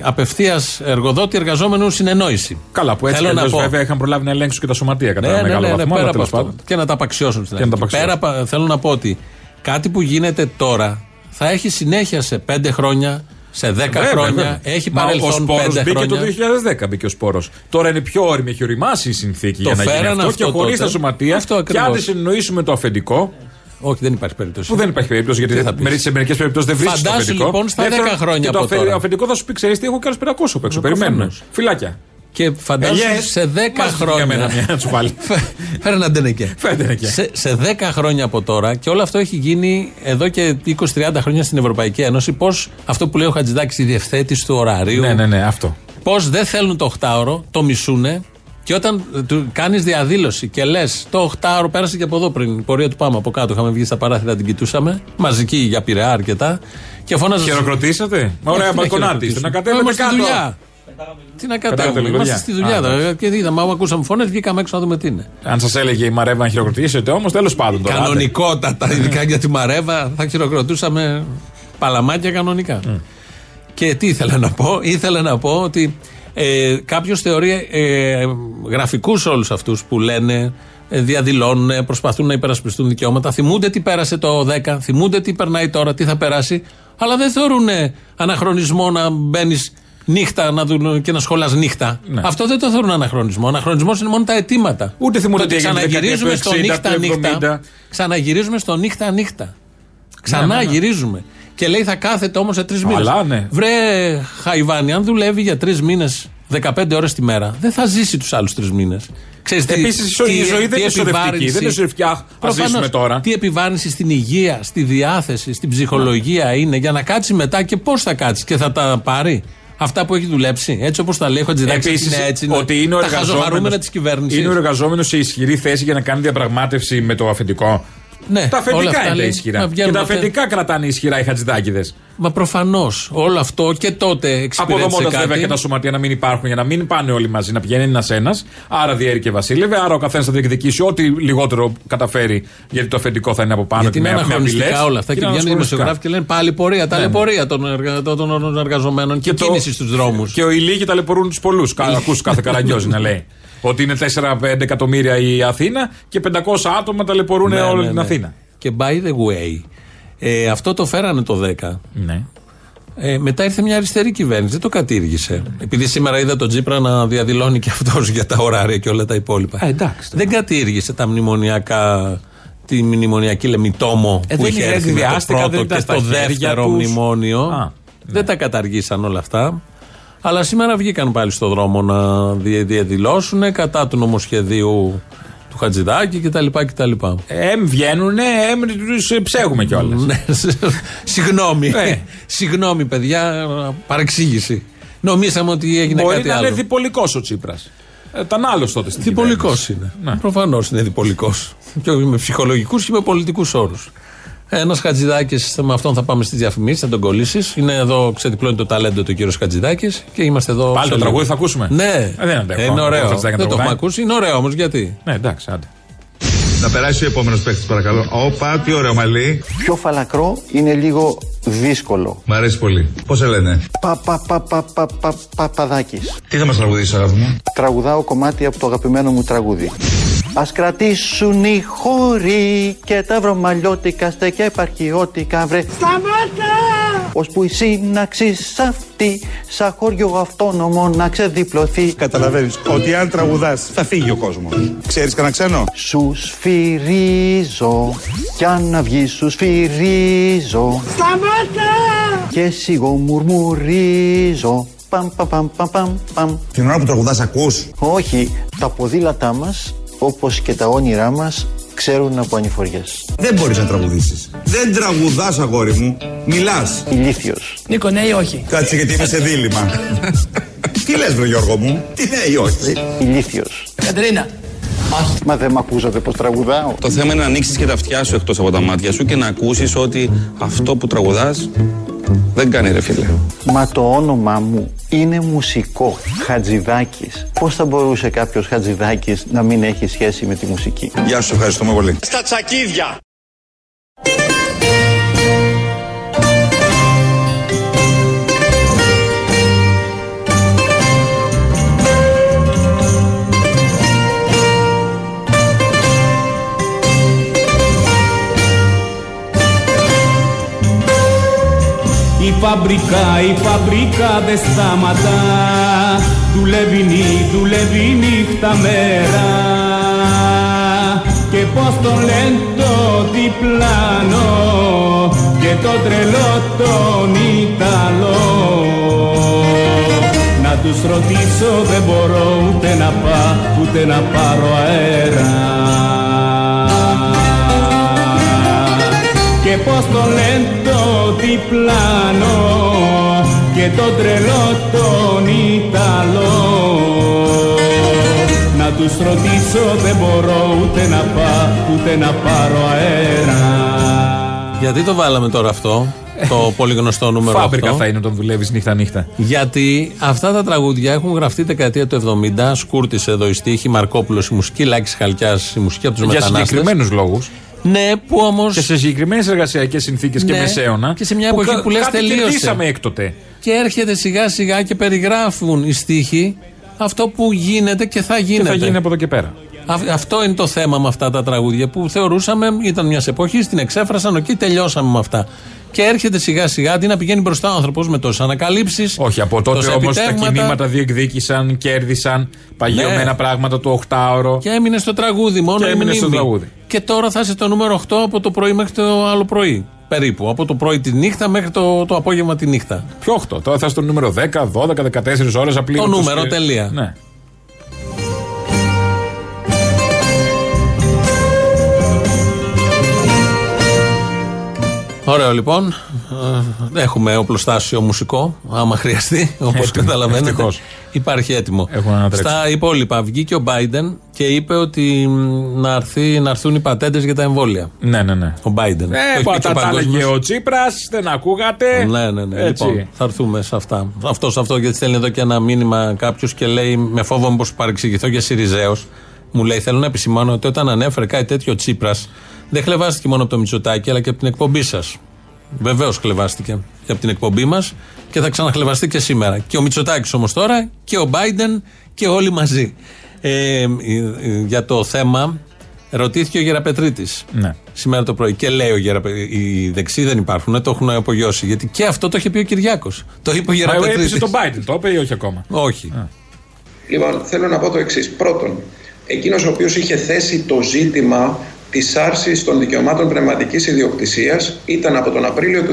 Speaker 3: απευθείας εργοδότη εργαζόμενου συνεννόηση.
Speaker 4: Καλά, που έτσι
Speaker 3: Θέλω να
Speaker 4: αλλιώς,
Speaker 3: πω.
Speaker 4: βέβαια είχαν προλάβει να ελέγξουν και τα σωματεία κατά
Speaker 3: Ναι, ναι,
Speaker 4: μεγάλο
Speaker 3: ναι, ναι,
Speaker 4: βαθμό.
Speaker 3: πέρα
Speaker 4: αλλά
Speaker 3: από
Speaker 4: τέλος
Speaker 3: αυτό.
Speaker 4: πάντων.
Speaker 3: Και να τα απαξιώσουν στην
Speaker 4: Και να τα
Speaker 3: αρχή. Πέρα,
Speaker 4: απαξιώσουν.
Speaker 3: πα- θέλω να πω ότι κάτι που γίνεται τώρα θα έχει συνέχεια σε 5 χρόνια, σε 10
Speaker 4: Βέβαια,
Speaker 3: χρόνια.
Speaker 4: βέβαια.
Speaker 3: Έχει
Speaker 4: Μα Ο
Speaker 3: παρελθόν 5
Speaker 4: σπόρος
Speaker 3: χρόνια.
Speaker 4: μπήκε το 2010 μπήκε ο σπόρος. Τώρα είναι πιο όρημη, έχει οριμάσει η συνθήκη
Speaker 3: Το
Speaker 4: για να γίνει
Speaker 3: φέραν
Speaker 4: αυτό,
Speaker 3: αυτό
Speaker 4: και χωρί
Speaker 3: τότε.
Speaker 4: τα σωματεία.
Speaker 3: Αυτό
Speaker 4: και αν
Speaker 3: ακριβώς.
Speaker 4: δεν συνεννοήσουμε το αφεντικό,
Speaker 3: Όχι, δεν υπάρχει περίπτωση.
Speaker 4: που δεν υπάρχει περίπτωση γιατί
Speaker 3: Τι θα πεις.
Speaker 4: μερι- σε μερικές περιπτώσεις δεν βρίσκεις το
Speaker 3: Φαντάσου,
Speaker 4: αφεντικό.
Speaker 3: λοιπόν, στα
Speaker 4: Δεύτερον,
Speaker 3: 10 χρόνια
Speaker 4: και το
Speaker 3: από
Speaker 4: αφε-
Speaker 3: τώρα.
Speaker 4: αφεντικός θα σου πει: Ξέρεις τι, έχω και άλλου 500 απ' έξω. Περιμένουμε.
Speaker 3: προφανώς.
Speaker 4: Φυλάκια.
Speaker 3: Και φαντάζομαι
Speaker 4: Ελιές.
Speaker 3: σε 10
Speaker 4: Μας Ε, Για μένα
Speaker 3: χρόνια.
Speaker 4: μια να σου βάλει.
Speaker 3: [laughs] Φε- Φέρε έναν τενεκέ.
Speaker 4: Φέρε έναν τενεκέ.
Speaker 3: Σε, σε 10 χρόνια από τώρα, και όλο αυτό έχει γίνει εδώ και 20-30 χρόνια στην Ευρωπαϊκή Ένωση, πώς αυτό που λέει ο Χατζηδάκης, η διευθέτηση του ωραρίου,
Speaker 4: Ναι, ναι, ναι, αυτό.
Speaker 3: πώς δεν θέλουν το 8ωρο, το μισούνε. Και όταν κάνεις διαδήλωση και λες, το 8ωρο πέρασε και από εδώ πριν, η πορεία του πάμε από κάτω. Είχαμε βγει στα παράθυρα, την κοιτούσαμε. Μαζική για πειραιά αρκετά. Και φωνάζα.
Speaker 4: Χειροκροτήσατε.
Speaker 3: [laughs]
Speaker 4: Ωραία,
Speaker 3: Όχι, δεν
Speaker 4: μπαλκονάτη.
Speaker 3: χειροκροτήσουμε.
Speaker 4: Να κατέβετε
Speaker 3: Είμαστε Ναι, στη
Speaker 4: κάτω.
Speaker 3: δουλειά. Τι να
Speaker 4: Κατέβατε
Speaker 3: κατέβουμε,
Speaker 4: λίγο,
Speaker 3: είμαστε
Speaker 4: δουλειά.
Speaker 3: στη δουλειά.
Speaker 4: Α,
Speaker 3: τώρα.
Speaker 4: εντάξει.
Speaker 3: Και είδαμε, άμα ακούσαμε φωνές, βγήκαμε έξω να δούμε τι είναι.
Speaker 4: Αν σας έλεγε η Μαρέβα να χειροκροτήσετε όμως, τέλος πάντων. τώρα, άντε.
Speaker 3: Κανονικότατα, ειδικά για τη Μαρέβα, θα χειροκροτούσαμε παλαμάκια κανονικά. Και τι ήθελα να πω, ήθελα να πω ότι ε, κάποιος θεωρεί ε, γραφικούς όλους αυτούς που λένε, ε, διαδηλώνουν, ε, προσπαθούν να υπερασπιστούν δικαιώματα, θυμούνται τι πέρασε το 10, θυμούνται τι περνάει τώρα, τι θα περάσει, αλλά δεν θεωρούν ε, αναχρονισμό να μπαίνεις νύχτα να δουλ... και να σχολάς νύχτα.
Speaker 4: Ναι.
Speaker 3: Αυτό δεν το θεωρούν αναχρονισμό. Αναχρονισμός είναι μόνο τα αιτήματα.
Speaker 4: Ούτε θυμούνται
Speaker 3: Το
Speaker 4: τι έγινε τη
Speaker 3: Ξαναγυρίζουμε
Speaker 4: δεκαετία
Speaker 3: στο
Speaker 4: του 60, του 70.
Speaker 3: νύχτα-νύχτα. Ξαναγυρίζουμε στο νύχτα-νύχτα. Ξανά
Speaker 4: Ναι,
Speaker 3: γυρίζουμε. Και λέει θα κάθεται όμως σε τρεις μήνες.
Speaker 4: Αλλά, ναι.
Speaker 3: Βρε Χαϊβάνι, αν δουλεύει για τρεις μήνες 15 ώρες τη μέρα, δεν θα ζήσει τους άλλους τρεις μήνες.
Speaker 4: Επίσης, η ζωή- η ζωή δεν είναι ισορρευτική. Δεν είναι ισορρευτική. Αχ, ας ζήσουμε τώρα.
Speaker 3: Τι επιβάρυνση στην υγεία, στη διάθεση, στην ψυχολογία
Speaker 4: Ναι.
Speaker 3: είναι για να κάτσει μετά και πώς θα κάτσει και θα τα πάρει. Αυτά που έχει δουλέψει. Έτσι όπως τα λέει ο Χατζηδάκης.
Speaker 4: Επίσης,
Speaker 3: Είναι έτσι. είναι
Speaker 4: ότι είναι ο
Speaker 3: τα χαζομαρούμενα
Speaker 4: εργαζόμενος-
Speaker 3: της κυβέρνησης.
Speaker 4: Είναι ο εργαζόμενο σε ισχυρή θέση για να κάνει διαπραγμάτευση με το αφεντικό.
Speaker 3: Ναι,
Speaker 4: τα
Speaker 3: όλα αυτά
Speaker 4: αφεντικά είναι τα
Speaker 3: λέει, να
Speaker 4: ισχυρά. Και
Speaker 3: βγαίνουν
Speaker 4: τα
Speaker 3: αυτά.
Speaker 4: αφεντικά κρατάνε ισχυρά οι χατζηδάκιδε.
Speaker 3: Μα προφανώς όλο αυτό και τότε εξυπηρέτησε
Speaker 4: Αποδομώντα βέβαια και
Speaker 3: κάτι.
Speaker 4: τα σωματεία να μην υπάρχουν για να μην πάνε όλοι μαζί, να πηγαίνει ένα-ένα. Άρα διέρη και βασίλευε. Άρα ο καθένας θα διεκδικήσει ό,τι λιγότερο καταφέρει, γιατί το αφεντικό θα είναι από πάνω
Speaker 3: Γιατί
Speaker 4: και
Speaker 3: είναι
Speaker 4: με- με απειλές.
Speaker 3: αναχρονιστικά όλα αυτά και,
Speaker 4: είναι
Speaker 3: βγαίνουν οι
Speaker 4: αναχρονιστικά.
Speaker 3: δημοσιογράφοι και λένε πάλι πορεία, ταλαιπωρία των, εργα... των- των- των εργαζομένων και,
Speaker 4: Ναι, το-
Speaker 3: κίνηση στους δρόμους.
Speaker 4: Και ο οι λίγοι ταλαιπωρούν τους πολλούς. Ακούς κάθε καραγκιόζη να λέει. Ότι είναι 4-5 εκατομμύρια η Αθήνα και 500 άτομα ταλαιπωρούν
Speaker 3: Ναι,
Speaker 4: όλη την Αθήνα.
Speaker 3: Και by the way, ε, αυτό το φέρανε το 10.
Speaker 4: Ναι.
Speaker 3: Ε, μετά ήρθε μια αριστερή κυβέρνηση, δεν το κατήργησε. Επειδή σήμερα είδα τον Τζίπρα να διαδηλώνει και αυτός για τα ωράρια και όλα τα υπόλοιπα.
Speaker 8: Ε, εντάξει, τώρα.
Speaker 3: δεν κατήργησε τα μνημονιακά, τη μνημονιακή λεμιτόμο
Speaker 8: Ε,
Speaker 3: που
Speaker 8: δεν
Speaker 3: είχε
Speaker 8: είναι,
Speaker 3: έρθει
Speaker 8: δεν
Speaker 3: με το
Speaker 8: βιάστηκαν,
Speaker 3: πρώτο
Speaker 8: δεν ήταν
Speaker 3: και το
Speaker 8: στα χέρια
Speaker 3: δεύτερο
Speaker 8: τους.
Speaker 3: μνημόνιο.
Speaker 8: Α, ναι.
Speaker 3: Δεν τα καταργήσαν όλα αυτά. Αλλά σήμερα βγήκαν πάλι στο δρόμο να δια- διαδηλώσουν κατά του νομοσχεδίου του Χατζηδάκη κτλ. κτλ.
Speaker 4: Εμ βγαίνουνε, εμ του ψέγουμε κιόλας.
Speaker 3: Ναι, συγγνώμη.
Speaker 4: Ε.
Speaker 3: Συγγνώμη, παιδιά, παρεξήγηση. Νομίσαμε ότι έγινε
Speaker 4: Μπορεί
Speaker 3: κάτι
Speaker 4: να
Speaker 3: άλλο.
Speaker 4: είναι διπολικός ο Τσίπρας. Ε, ήταν άλλος τότε στην
Speaker 3: Διπολικός
Speaker 4: κυβέρνηση.
Speaker 3: είναι.
Speaker 4: Ναι.
Speaker 3: Προφανώς είναι διπολικός. Και όχι με ψυχολογικούς και με πολιτικούς όρους. Ένας Χατζηδάκης, με αυτόν θα πάμε στις διαφημίσεις, θα τον κολλήσεις. Είναι εδώ, ξετυπλώνει το ταλέντο του κύριος Χατζηδάκης και είμαστε εδώ.
Speaker 4: Πάλι
Speaker 3: σε
Speaker 4: το
Speaker 3: λίγο.
Speaker 4: τραγούδι θα ακούσουμε.
Speaker 3: Ναι,
Speaker 4: Ε, δεν αντέχω.
Speaker 3: είναι
Speaker 4: Το
Speaker 3: ωραίο.
Speaker 4: Χατζηδάκη να
Speaker 3: Δεν το έχουμε
Speaker 4: τραγουδάει.
Speaker 3: ακούσει. Είναι ωραίο όμως γιατί.
Speaker 4: Ναι, εντάξει, άντε.
Speaker 9: Να περάσει ο επόμενος παίκτης, παρακαλώ. Όπα, τι ωραίο μαλλί.
Speaker 10: Πιο φαλακρό είναι λίγο δύσκολο.
Speaker 9: Μ' αρέσει πολύ. Πώς σε λένε.
Speaker 10: Πα, πα, πα, πα, πα, πα, παπαδάκης.
Speaker 9: Τι θα μας τραγουδήσει, αγάπη μου.
Speaker 10: Τραγουδάω κομμάτι από το αγαπημένο μου τραγούδι. Ας κρατήσουν οι χώροι και τα βρωμαλιώτικα στέκια επαρχιώτικα βρε Σταμάτα! Ώσπου η σύναξη σ' αυτή σαν χωριό αυτόνομο να ξεδιπλωθεί
Speaker 9: Καταλαβαίνεις ότι αν τραγουδάς θα φύγει ο κόσμος. Ξέρεις κανένα ξένο.
Speaker 10: Σους σφυρίζω κι αν να βγεις σους σφυρίζω Σταμάτα! Και σιγό μουρμουρίζω Παμ παμ παμ παμ παμ παμ
Speaker 9: Την ώρα που τραγουδάς, ακούς.
Speaker 10: Όχι, τα ποδήλατά μας, όπως και τα όνειρά μας, ξέρουν από ανηφοριές.
Speaker 9: Δεν μπορείς να τραγουδήσεις. Δεν τραγουδάς, αγόρι μου. Μιλάς.
Speaker 10: Ηλίθιος.
Speaker 11: Νίκο, ναι ή όχι.
Speaker 9: Κάτσε γιατί είμαι σε δίλημα. τι λες, βρε Γιώργο μου. Τι ναι ή όχι.
Speaker 10: Ηλίθιος.
Speaker 11: Κατρίνα.
Speaker 10: Μα δεν μ' ακούσατε πως τραγουδάω.
Speaker 7: Το θέμα είναι να ανοίξεις και τα αυτιά σου εκτός από τα μάτια σου και να ακούσεις ότι αυτό που τραγουδάς δεν κάνει ρε φίλε.
Speaker 10: Μα το όνομά μου είναι μουσικό. Χατζηδάκης. Πώς θα μπορούσε κάποιος Χατζηδάκης να μην έχει σχέση με τη μουσική.
Speaker 9: Γεια σου, ευχαριστούμε πολύ.
Speaker 11: Η φαμπρικά, η φαμπρικά δεν σταματά. Δουλεύει, νύ- δουλεύει νύχτα μέρα. Και πως το λένε το διπλάνο και το τρελό τον Ιταλό. Να τους ρωτήσω δεν μπορώ ούτε να πάω ούτε να πάρω αέρα. και πως το λένε το διπλάνο και το τρελό τον Ιταλό να τους ρωτήσω δεν μπορώ ούτε να πάω ούτε να πάρω αέρα
Speaker 3: Γιατί το βάλαμε τώρα αυτό, το πολύ γνωστό νούμερο
Speaker 4: Ε. Φάμπρικα
Speaker 3: 8.
Speaker 4: θα είναι όταν δουλεύεις νύχτα-νύχτα.
Speaker 3: Γιατί αυτά τα τραγούδια έχουν γραφτεί δεκαετία του 70, σκούρτισε εδώ η στίχη, Μαρκόπουλος η μουσική, Λάκης Χαλκιάς η μουσική από τους
Speaker 4: Για
Speaker 3: μετανάστες.
Speaker 4: συγκεκριμένους λόγους.
Speaker 3: Ναι, που όμως.
Speaker 4: Και σε συγκεκριμένες εργασιακές συνθήκες και
Speaker 3: Ναι.
Speaker 4: μεσαίωνα.
Speaker 3: Και σε μια εποχή
Speaker 4: κα-
Speaker 3: που λες
Speaker 4: κάτι
Speaker 3: τελείωσε.
Speaker 4: κερδίσαμε έκτοτε.
Speaker 3: Και έρχεται σιγά σιγά και περιγράφουν οι στίχοι αυτό που γίνεται και θα
Speaker 4: Και
Speaker 3: γίνεται.
Speaker 4: θα γίνει από εδώ και πέρα.
Speaker 3: Α- αυτό είναι το θέμα με αυτά τα τραγούδια που θεωρούσαμε ήταν μιας εποχής, την εξέφρασαν, οκ, τελειώσαμε με αυτά. Και έρχεται σιγά σιγά, αντί να πηγαίνει μπροστά ο άνθρωπος με τόσες ανακαλύψεις.
Speaker 4: Όχι, από τότε όμως τα κινήματα διεκδίκησαν, κέρδισαν παγιωμένα
Speaker 3: Ναι.
Speaker 4: πράγματα το 8ωρο.
Speaker 3: Και έμεινε στο τραγούδι μόνο.
Speaker 4: Και
Speaker 3: η
Speaker 4: έμεινε στο
Speaker 3: μνήμη.
Speaker 4: τραγούδι.
Speaker 3: Και τώρα θα είσαι το νούμερο 8 από το πρωί μέχρι το άλλο πρωί. Περίπου. Από το πρωί τη νύχτα μέχρι το, το απόγευμα τη νύχτα.
Speaker 4: Ποιο 8, τώρα θα είσαι στο νούμερο 10, 12, 14 ώρες απλή.
Speaker 3: Το νούμερο, τελεία.
Speaker 4: Ναι.
Speaker 3: Ωραίο λοιπόν. Ε, Έχουμε οπλοστάσιο μουσικό, άμα χρειαστεί, όπως
Speaker 4: Έχουμε,
Speaker 3: καταλαβαίνετε.
Speaker 4: ευτυχώς.
Speaker 3: Υπάρχει έτοιμο.
Speaker 4: Έχουμε να τρέξουμε.
Speaker 3: Στα υπόλοιπα βγήκε ο Biden και είπε ότι μ, να, έρθει, να έρθουν οι πατέντες για τα εμβόλια.
Speaker 4: Ναι, ναι, ναι.
Speaker 3: Ο Biden. Το
Speaker 4: Ε,
Speaker 3: έχει
Speaker 4: που
Speaker 3: πει και
Speaker 4: τα
Speaker 3: ο
Speaker 4: τα έλεγε
Speaker 3: παγκόσμιος.
Speaker 4: ο Τσίπρας, δεν ακούγατε.
Speaker 3: Ναι, ναι, ναι.
Speaker 4: Έτσι.
Speaker 3: Λοιπόν, θα έρθουμε σε αυτά. Αυτός, σε αυτό, γιατί στέλνει εδώ και ένα μήνυμα κάποιος και λέει: Με φόβο μήπω παρεξηγηθώ για Σιριζέος. Μου λέει: Θέλω να επισημάνω ότι όταν ανέφερε κάτι τέτοιο Τσίπρας, δεν χλεβάστηκε μόνο από το Μητσοτάκι, αλλά και από την εκπομπή σας. Βεβαίως χλεβάστηκε και από την εκπομπή μας και θα ξαναχλεβαστεί και σήμερα. Και ο Μητσοτάκης όμως τώρα και ο Biden και όλοι μαζί. Ε, ε, ε, για το θέμα Ρωτήθηκε ο Γεραπετρίτης
Speaker 4: Ναι.
Speaker 3: σήμερα το πρωί και λέει ο Γεραπετρίτη. Οι δεξιοί δεν υπάρχουν, το έχουν απογειώσει. Γιατί και αυτό το είχε πει ο Κυριάκος. Το είπε ο
Speaker 4: Μα έπεισε
Speaker 3: Γεραπετρίτη.
Speaker 4: τον Biden, το είπε ή όχι ακόμα.
Speaker 3: Όχι.
Speaker 8: Λοιπόν, θέλω να πω το εξής. Πρώτον, εκείνος ο οποίος είχε θέσει το ζήτημα της άρσης των δικαιωμάτων πνευματικής ιδιοκτησίας ήταν από τον Απρίλιο του 2020